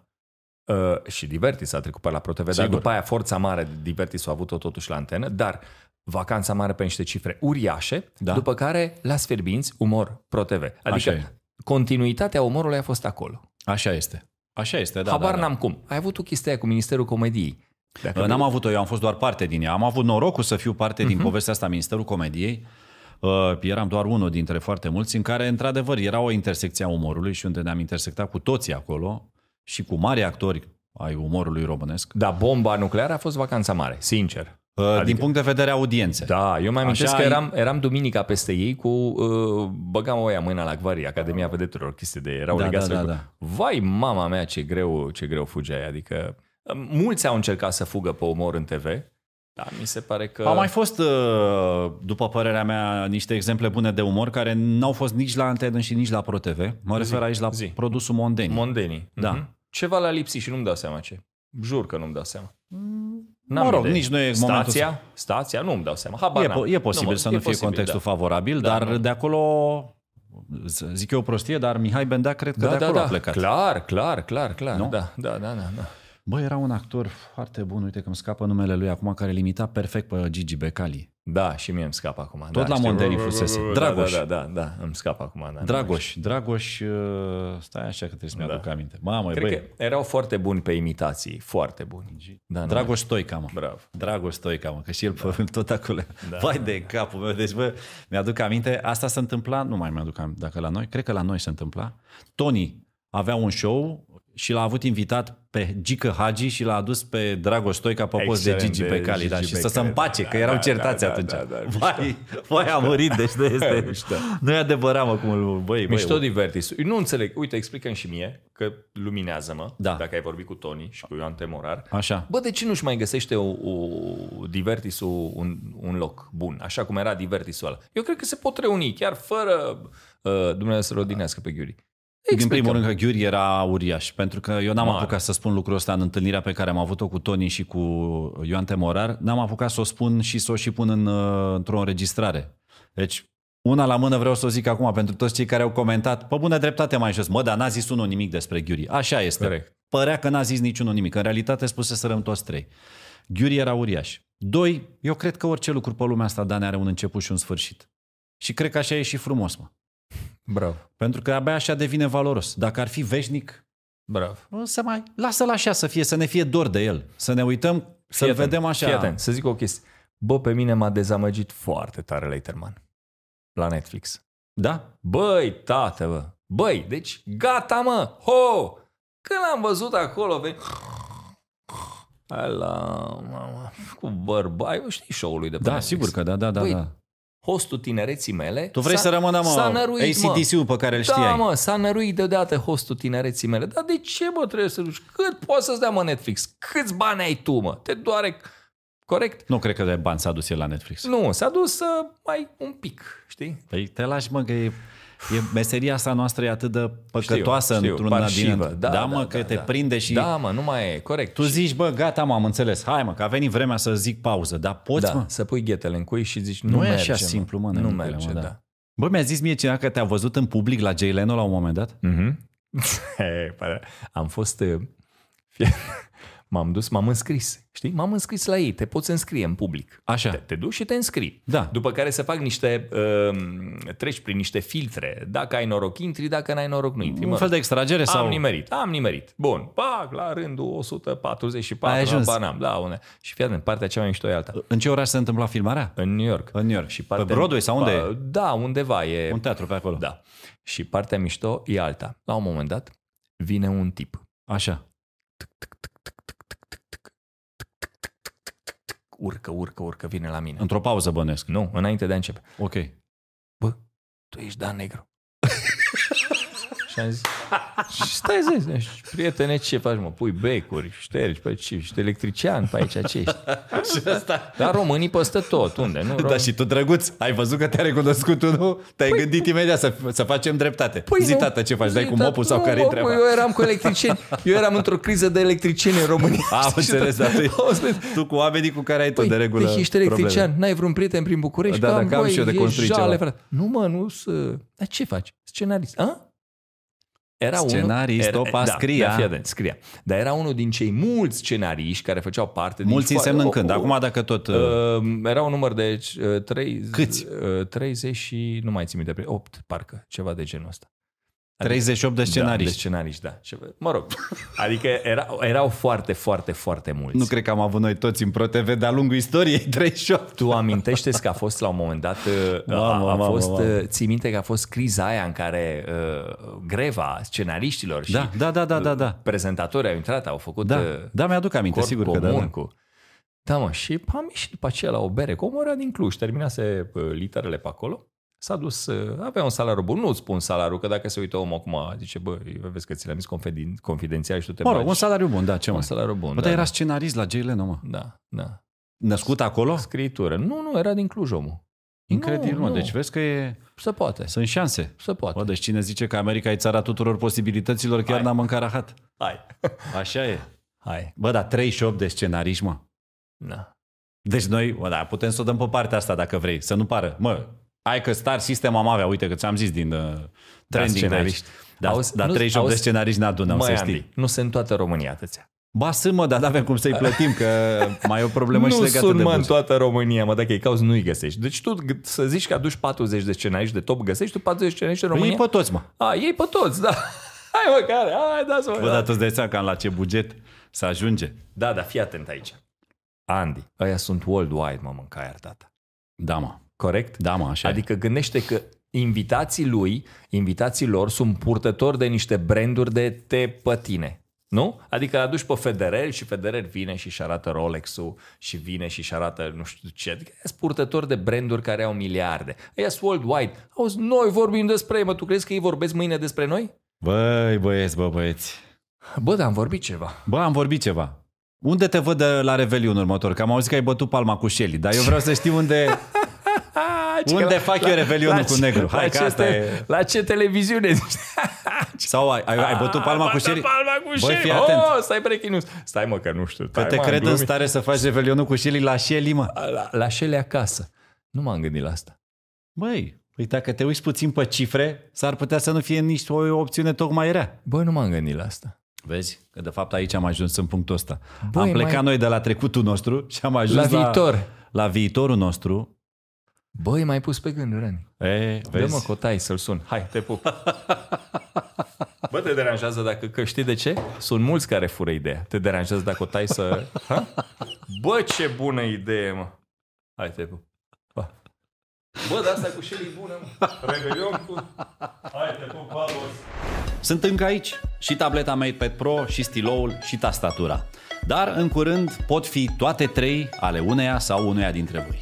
Speaker 1: Uh, și Divertis a trecut pe la ProTV, Sigur. dar
Speaker 2: Sigur.
Speaker 1: după aia Forța Mare, Divertis a avut-o totuși la antenă, dar Vacanța Mare pe niște cifre uriașe,
Speaker 2: Da.
Speaker 1: da. după care la Sferbinți, umor ProTV. Adică
Speaker 2: Așa e.
Speaker 1: continuitatea umorului a fost acolo.
Speaker 2: așa este. Așa este, da,
Speaker 1: Da, Habar
Speaker 2: da, da.
Speaker 1: n-am cum. Ai avut tu chestia aia cu Ministerul Comediei. Dacă
Speaker 2: N-am avut-o, eu am fost doar parte din ea. Am avut norocul să fiu parte
Speaker 1: Mhm.
Speaker 2: din povestea asta, Ministerul Comediei. Uh, eram doar unul dintre foarte mulți în care, într-adevăr, era o intersecție a umorului și unde ne-am intersectat cu toții acolo și cu mari actori ai umorului românesc.
Speaker 1: Da, bomba nucleară a fost Vacanța Mare, sincer.
Speaker 2: Uh, adică... Din punct de vedere audiențe.
Speaker 1: Da, eu mai amintesc că
Speaker 2: Așa ai-
Speaker 1: eram, eram duminica peste ei cu uh, băgam oia mâna la Gvarie, Academia Vedetelor, chestii de erau
Speaker 2: Da,
Speaker 1: legați
Speaker 2: da,
Speaker 1: de-
Speaker 2: da, da.
Speaker 1: Vai, mama mea, ce greu, ce greu fugea adică mulți au încercat să fugă pe umor în TV, dar mi se pare că...
Speaker 2: Au mai fost, uh, după părerea mea, niște exemple bune de umor care n-au fost nici la Antenă și nici la ProTV. Mă refer aici la
Speaker 1: zi.
Speaker 2: produsul Mondeni.
Speaker 1: Mondenii.
Speaker 2: Da.
Speaker 1: Mhm. Ceva la lipsi și nu-mi dau seama ce. Jur că nu-mi dau seama. N-am
Speaker 2: Mm, mă rog,
Speaker 1: idee.
Speaker 2: nici nu e momentul
Speaker 1: Stația? Stația? Nu-mi dau seama. Habar
Speaker 2: E,
Speaker 1: n-am.
Speaker 2: po- e posibil
Speaker 1: mă-
Speaker 2: să nu
Speaker 1: e
Speaker 2: fie
Speaker 1: posibil,
Speaker 2: contextul
Speaker 1: da.
Speaker 2: favorabil,
Speaker 1: Da,
Speaker 2: dar
Speaker 1: nu.
Speaker 2: de acolo, z- zic eu o prostie, dar Mihai Bendea cred că de
Speaker 1: Da, da,
Speaker 2: acolo a
Speaker 1: da,
Speaker 2: plecat.
Speaker 1: clar, clar, clar, clar.
Speaker 2: Nu?
Speaker 1: Da, da, da, da, da.
Speaker 2: Bă, era un actor foarte bun, uite că îmi scapă numele lui acum, care limita perfect pe Gigi Becali.
Speaker 1: Da, și mie îmi scap acum. Tot
Speaker 2: la Montenii fusese. Dragoș.
Speaker 1: Da, da, da, da, îmi scap acum. Da,
Speaker 2: Dragoș, Dragoș, uh, stai așa că trebuie să-mi
Speaker 1: Da.
Speaker 2: aduc aminte. Mamă,
Speaker 1: Cred
Speaker 2: băi,
Speaker 1: că erau foarte buni pe imitații, foarte buni. Da, nu
Speaker 2: Dragoș Stoica, mă.
Speaker 1: Bravo.
Speaker 2: Dragoș Stoica, mă, că și el da. tot acolo. Da, Vai de capul meu. Deci, bă, mi-aduc aminte, asta se întâmpla, nu mai mi-aduc aminte dacă la noi, cred că la noi se întâmpla. Tony avea un show și l-a avut invitat pe Gică Hagi și l-a adus pe Dragoș Stoica pe post de
Speaker 1: Excelent,
Speaker 2: Gigi
Speaker 1: de
Speaker 2: pe Cali, da,
Speaker 1: Gigi
Speaker 2: și să se
Speaker 1: Becali,
Speaker 2: împace,
Speaker 1: da,
Speaker 2: că erau
Speaker 1: da,
Speaker 2: certați
Speaker 1: da, da,
Speaker 2: atunci.
Speaker 1: da, da,
Speaker 2: vai, vai, a murit, deci nu este,
Speaker 1: Mișto.
Speaker 2: nu e adevărat, mă, cum îl, băi, băi,
Speaker 1: Mișto divertis. Eu Nu înțeleg. Uite, explicăm și mie, că luminează-mă,
Speaker 2: Da.
Speaker 1: dacă ai vorbit cu Toni și cu Ioan Temorar.
Speaker 2: Așa.
Speaker 1: Bă, de ce nu-și mai găsește o, o divertisul un, un loc bun, așa cum era divertisul ăla? Eu cred că se pot reuni, chiar fără uh, Dumnezeu să rodinească pe Ghiuri.
Speaker 2: În primul rând că Ghiuri era uriaș, pentru că eu n-am
Speaker 1: Mare.
Speaker 2: apucat să spun lucrul ăsta în întâlnirea pe care am avut-o cu Toni și cu Ioan Temorar, n-am apucat să o spun și să o și pun în, uh, într-o înregistrare. Deci, una la mână vreau să o zic acum pentru toți cei care au comentat, pe bună dreptate mai jos, mă, dar n-a zis unul nimic despre Ghiuri. Așa este.
Speaker 1: Corect.
Speaker 2: Părea că n-a zis niciunul nimic. În realitate spuseserăm toți trei. Ghiuri era uriaș. Doi, eu cred că orice lucru pe lumea asta, Dan, are un început și un sfârșit. Și cred că așa e și frumos, mă.
Speaker 1: Bravo.
Speaker 2: Pentru că abia așa devine valoros. Dacă ar fi veșnic,
Speaker 1: Bravo.
Speaker 2: nu se mai... Lasă-l așa să fie, să ne fie dor de el. Să ne uităm, să-l
Speaker 1: Fii atent,
Speaker 2: vedem așa.
Speaker 1: Fii atent, să zic o chestie. Bă, pe mine m-a dezamăgit foarte tare Leiterman la Netflix.
Speaker 2: Da?
Speaker 1: Băi, tată, bă. Băi, deci gata, mă. Ho! Când am văzut acolo, veni... Hai la... mama, Cu bărbai, bă, știi show-ul lui de pe
Speaker 2: Da,
Speaker 1: Netflix.
Speaker 2: sigur că da, da, da.
Speaker 1: Băi,
Speaker 2: da.
Speaker 1: Hostul tinereții mele...
Speaker 2: Tu vrei
Speaker 1: s-a-
Speaker 2: să rămână,
Speaker 1: s-a
Speaker 2: mă,
Speaker 1: năruit, mă.
Speaker 2: ACDC-ul pe care îl știai.
Speaker 1: Da, mă, s-a năruit deodată hostul tinereții mele. Dar de ce, mă, trebuie să duci? Cât poți să-ți dea, mă, Netflix? Câți bani ai tu, mă? Te doare... Corect?
Speaker 2: Nu cred că de bani s-a dus el la Netflix.
Speaker 1: Nu, s-a dus uh, mai un pic, știi?
Speaker 2: Păi te lași, mă, că e, e meseria asta noastră e atât de păcătoasă
Speaker 1: știu,
Speaker 2: într-una din...
Speaker 1: parșivă. Da,
Speaker 2: da,
Speaker 1: da,
Speaker 2: mă,
Speaker 1: da,
Speaker 2: că
Speaker 1: da,
Speaker 2: te
Speaker 1: da.
Speaker 2: prinde și...
Speaker 1: Da, mă, nu mai e, corect. Da,
Speaker 2: Tu zici, bă, gata, mă, am înțeles. Hai, mă, că a venit vremea să zic pauză, dar poți,
Speaker 1: da,
Speaker 2: mă?
Speaker 1: să pui ghetele în cui și zici, nu,
Speaker 2: Nu, e
Speaker 1: merge,
Speaker 2: așa simplu, mă,
Speaker 1: nu
Speaker 2: nebunicule,
Speaker 1: merge,
Speaker 2: mă,
Speaker 1: da.
Speaker 2: Bă, mi-a zis mie cineva că te-a văzut în public la Jay Leno la un moment dat?
Speaker 1: Mhm. He, pare- Am fost... uh, fie- M-am dus, m-am înscris. Știi? M-am înscris la ei. Te poți înscrie în public.
Speaker 2: Așa.
Speaker 1: Te, te duci și te înscrii.
Speaker 2: Da.
Speaker 1: După care se fac niște... Uh, treci prin niște filtre. Dacă ai noroc, intri. Dacă n-ai noroc, nu intri.
Speaker 2: Un
Speaker 1: Mă
Speaker 2: fel de extragere
Speaker 1: am
Speaker 2: sau...
Speaker 1: nimerit, am nimerit. Bun, pac, la rândul 144,
Speaker 2: Ai ajuns.
Speaker 1: habar n-am, da, une. Și fii atent, partea cea mai mișto e alta.
Speaker 2: În ce oraș se întâmpla filmarea?
Speaker 1: În New York.
Speaker 2: În New York.
Speaker 1: Și
Speaker 2: Și
Speaker 1: partea,
Speaker 2: Pe Broadway sau unde?
Speaker 1: Ba, Da, undeva e.
Speaker 2: Un teatru pe acolo.
Speaker 1: Da. Și partea mișto e alta. La un moment dat vine un tip.
Speaker 2: Așa.
Speaker 1: Urcă, urcă, urcă, vine la mine.
Speaker 2: Într-o pauză bănesc.
Speaker 1: Nu, înainte de a începe.
Speaker 2: Ok.
Speaker 1: Bă, tu ești Dan Negru. și am zis, "Și stai să zici, prietene, ce faci, mă? Pui becuri, ștergi, pe ce, ești electrician, pe aici ce ești?
Speaker 2: Și asta.
Speaker 1: Dar românii peste tot, unde? Nu,
Speaker 2: Da, și tu, drăguț, ai văzut că te-a recunoscut tu, nu? Te-ai gândit imediat să, să facem dreptate. Zi,
Speaker 1: Păi- nu.
Speaker 2: tată, ce faci? Dai
Speaker 1: Zi,
Speaker 2: cu
Speaker 1: tată,
Speaker 2: mopul sau
Speaker 1: nu,
Speaker 2: care-i
Speaker 1: mă,
Speaker 2: treaba?
Speaker 1: Eu eram cu electricieni. Eu eram într-o criză de electricieni în România.
Speaker 2: Am
Speaker 1: Știi? Și
Speaker 2: înțeles,
Speaker 1: tot-
Speaker 2: dar tu-
Speaker 1: au spus,
Speaker 2: Tu cu oamenii cu care ai tu de regulă
Speaker 1: deci ești electrician,
Speaker 2: probleme.
Speaker 1: n-ai vreun prieten prin București?
Speaker 2: Da,
Speaker 1: Că
Speaker 2: dacă am
Speaker 1: băi,
Speaker 2: și eu de
Speaker 1: e
Speaker 2: construit ceva.
Speaker 1: jale, frate. Nu mă, nu să... Dar ce faci? Scenarist. A? Era
Speaker 2: Scenarist,
Speaker 1: unul,
Speaker 2: opa,
Speaker 1: da,
Speaker 2: scria.
Speaker 1: Da, fii atent, scria. Dar era unul din cei mulți scenariști care făceau parte
Speaker 2: Mulți
Speaker 1: din...
Speaker 2: însemnând
Speaker 1: o-
Speaker 2: când.
Speaker 1: o-
Speaker 2: Acum dacă tot... Uh,
Speaker 1: Uh, era un număr de uh, trei,
Speaker 2: Câți?
Speaker 1: Uh, 30 și nu mai țin minte, 8 parcă, ceva de genul ăsta.
Speaker 2: 38 de
Speaker 1: Da, de
Speaker 2: scenariști.
Speaker 1: scenariști, da. Ceva. Mă rog, adică era, erau foarte, foarte, foarte mulți.
Speaker 2: Nu cred că am avut noi toți în ProTV de-a lungul istoriei 38.
Speaker 1: Tu amintește că a fost la un moment dat, uh, a,
Speaker 2: Mamă,
Speaker 1: a
Speaker 2: mamă,
Speaker 1: fost,
Speaker 2: mamă.
Speaker 1: uh, ții minte că a fost criza aia în care uh, greva scenariștilor și
Speaker 2: Da, da, da, da, da, da.
Speaker 1: prezentatorii au intrat, au făcut
Speaker 2: Da,
Speaker 1: uh,
Speaker 2: da, mi-aduc aminte,
Speaker 1: corp
Speaker 2: sigur că
Speaker 1: comun
Speaker 2: da, da.
Speaker 1: cu... Da, mă, și am ieșit după aceea la o bere, că omul era din Cluj, terminase uh, literele pe acolo, s-a dus, uh, avea un salariu bun, nu-ți spun salariul, că dacă se uită omul acum, zice, bă, vezi că ți l-am zis confiden- confidențial și tu te
Speaker 2: Mă
Speaker 1: bagi.
Speaker 2: rog, un salariu bun, da, ce
Speaker 1: Un
Speaker 2: mai.
Speaker 1: salariu bun,
Speaker 2: Bă,
Speaker 1: da.
Speaker 2: dar era scenarist la Jay Leno, mă.
Speaker 1: Da, da.
Speaker 2: Născut acolo?
Speaker 1: Scriitură. Nu, nu, era din Cluj omul.
Speaker 2: Incredibil,
Speaker 1: Nu,
Speaker 2: mă.
Speaker 1: nu.
Speaker 2: Deci vezi că e...
Speaker 1: Se poate,
Speaker 2: sunt șanse.
Speaker 1: se poate.
Speaker 2: Bă, deci cine zice că America e țara tuturor posibilităților, chiar
Speaker 1: Hai.
Speaker 2: n-am mâncat rahat.
Speaker 1: Hai.
Speaker 2: Așa e.
Speaker 1: Hai.
Speaker 2: Bă, dar 38 de scenariști, mă.
Speaker 1: Na.
Speaker 2: Deci noi, bă, da, putem să o dăm pe partea asta dacă vrei, să nu pară. Mă, hai că Star System am avea, uite că ți-am zis din uh, trending de aici.
Speaker 1: scenariști.
Speaker 2: Da,
Speaker 1: Auzi,
Speaker 2: dar
Speaker 1: nu-
Speaker 2: 38 de
Speaker 1: auzi,
Speaker 2: scenariști ne adunăm, să
Speaker 1: Măi,
Speaker 2: știi.
Speaker 1: Andy, nu sunt toată România atâția.
Speaker 2: Ba sunt, mă, dar n-avem cum să-i plătim, că mai e o problemă și
Speaker 1: nu
Speaker 2: legată
Speaker 1: sunt,
Speaker 2: de
Speaker 1: mă, în
Speaker 2: bursă.
Speaker 1: toată România, mă, dacă îi cauți, nu-i găsești. Deci tu g- să zici că aduci 40 de scenariști de top, găsești tu 40 de scenariști în
Speaker 2: Păi
Speaker 1: România?
Speaker 2: Ei pe toți, mă.
Speaker 1: A, ei pe toți, da. Hai mă, care, hai, da, să mă,
Speaker 2: Bă, dar tu îți dai seama cam la ce buget să ajunge.
Speaker 1: da, da, fii atent aici. Andy, ăia sunt worldwide, mă, mânca iertată.
Speaker 2: Da, mă.
Speaker 1: Corect?
Speaker 2: Da, mă, așa e.
Speaker 1: Adică gândește că invitații lui, invitații lor sunt purtători de niște branduri de te pe tine. Nu? Adică îl aduci pe Federer și Federer vine și-și arată Rolex-ul și vine și-și arată nu știu ce. Adică sunt purtători de branduri care au miliarde. Ea sunt worldwide. Auzi, noi vorbim despre ei, mă, tu crezi că ei vorbesc mâine despre noi?
Speaker 2: Băi, băieți, bă, băieți.
Speaker 1: Bă, dar am vorbit ceva.
Speaker 2: Bă, am vorbit ceva. Unde te văd de la Revelion următor? Că am auzit că ai bătut palma cu Shelly, dar eu vreau să știu unde...
Speaker 1: Ah,
Speaker 2: Unde fac eu revelionul cu negru? Hai că
Speaker 1: ce
Speaker 2: asta
Speaker 1: te-
Speaker 2: e.
Speaker 1: La ce televiziune?
Speaker 2: Sau ai, ai, ai bătut palma cu Shelly?
Speaker 1: Palma cu
Speaker 2: Băi,
Speaker 1: Shelly.
Speaker 2: fii atent.
Speaker 1: Oh, stai breaking news. Stai mă că nu știu.
Speaker 2: Că te cred în stare să faci revelionul cu Shelly la Shelly, mă.
Speaker 1: La, la Shelly acasă. Nu m-am gândit la asta.
Speaker 2: Băi, păi dacă te uiți puțin pe cifre, s-ar putea să nu fie nici o opțiune tocmai rea.
Speaker 1: Bă, nu m-am gândit la asta.
Speaker 2: Vezi? Că de fapt aici am ajuns în punctul ăsta.
Speaker 1: Băi,
Speaker 2: am plecat
Speaker 1: mai-
Speaker 2: noi de la trecutul nostru și am ajuns
Speaker 1: la
Speaker 2: la,
Speaker 1: viitor.
Speaker 2: la viitorul nostru.
Speaker 1: Băi, mai pus pe gând, Rani.
Speaker 2: E,
Speaker 1: Dă-mă
Speaker 2: vezi?
Speaker 1: cotai să-l sun. Hai, te pup. Bă, te deranjează dacă că știi de ce? Sunt mulți care fură ideea. Te deranjează dacă o tai să... Ha? Bă, ce bună idee, mă. Hai, te pup. Pa. Bă, dar asta cu Shelly e bună, mă. Revelion cu... Hai, te pup, pa, boss.
Speaker 2: Sunt încă aici. Și tableta MatePad Pro, și stiloul, și tastatura. Dar în curând pot fi toate trei ale uneia sau uneia dintre voi.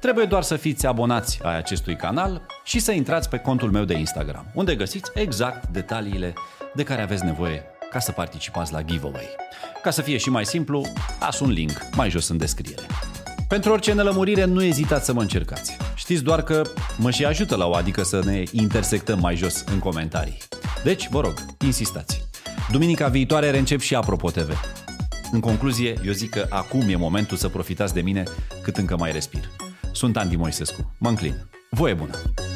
Speaker 2: Trebuie doar să fiți abonați ai acestui canal și să intrați pe contul meu de Instagram, unde găsiți exact detaliile de care aveți nevoie ca să participați la giveaway. Ca să fie și mai simplu, las un link mai jos în descriere. Pentru orice nelămurire, nu ezitați să mă încercați. Știți doar că mă și ajută la o, adică să ne intersectăm mai jos în comentarii. Deci, vă rog, insistați. Duminica viitoare reîncep și Apropo TV. În concluzie, eu zic că acum e momentul să profitați de mine cât încă mai respir. Sunt Andy Moisescu. Mă înclin. Voie bună!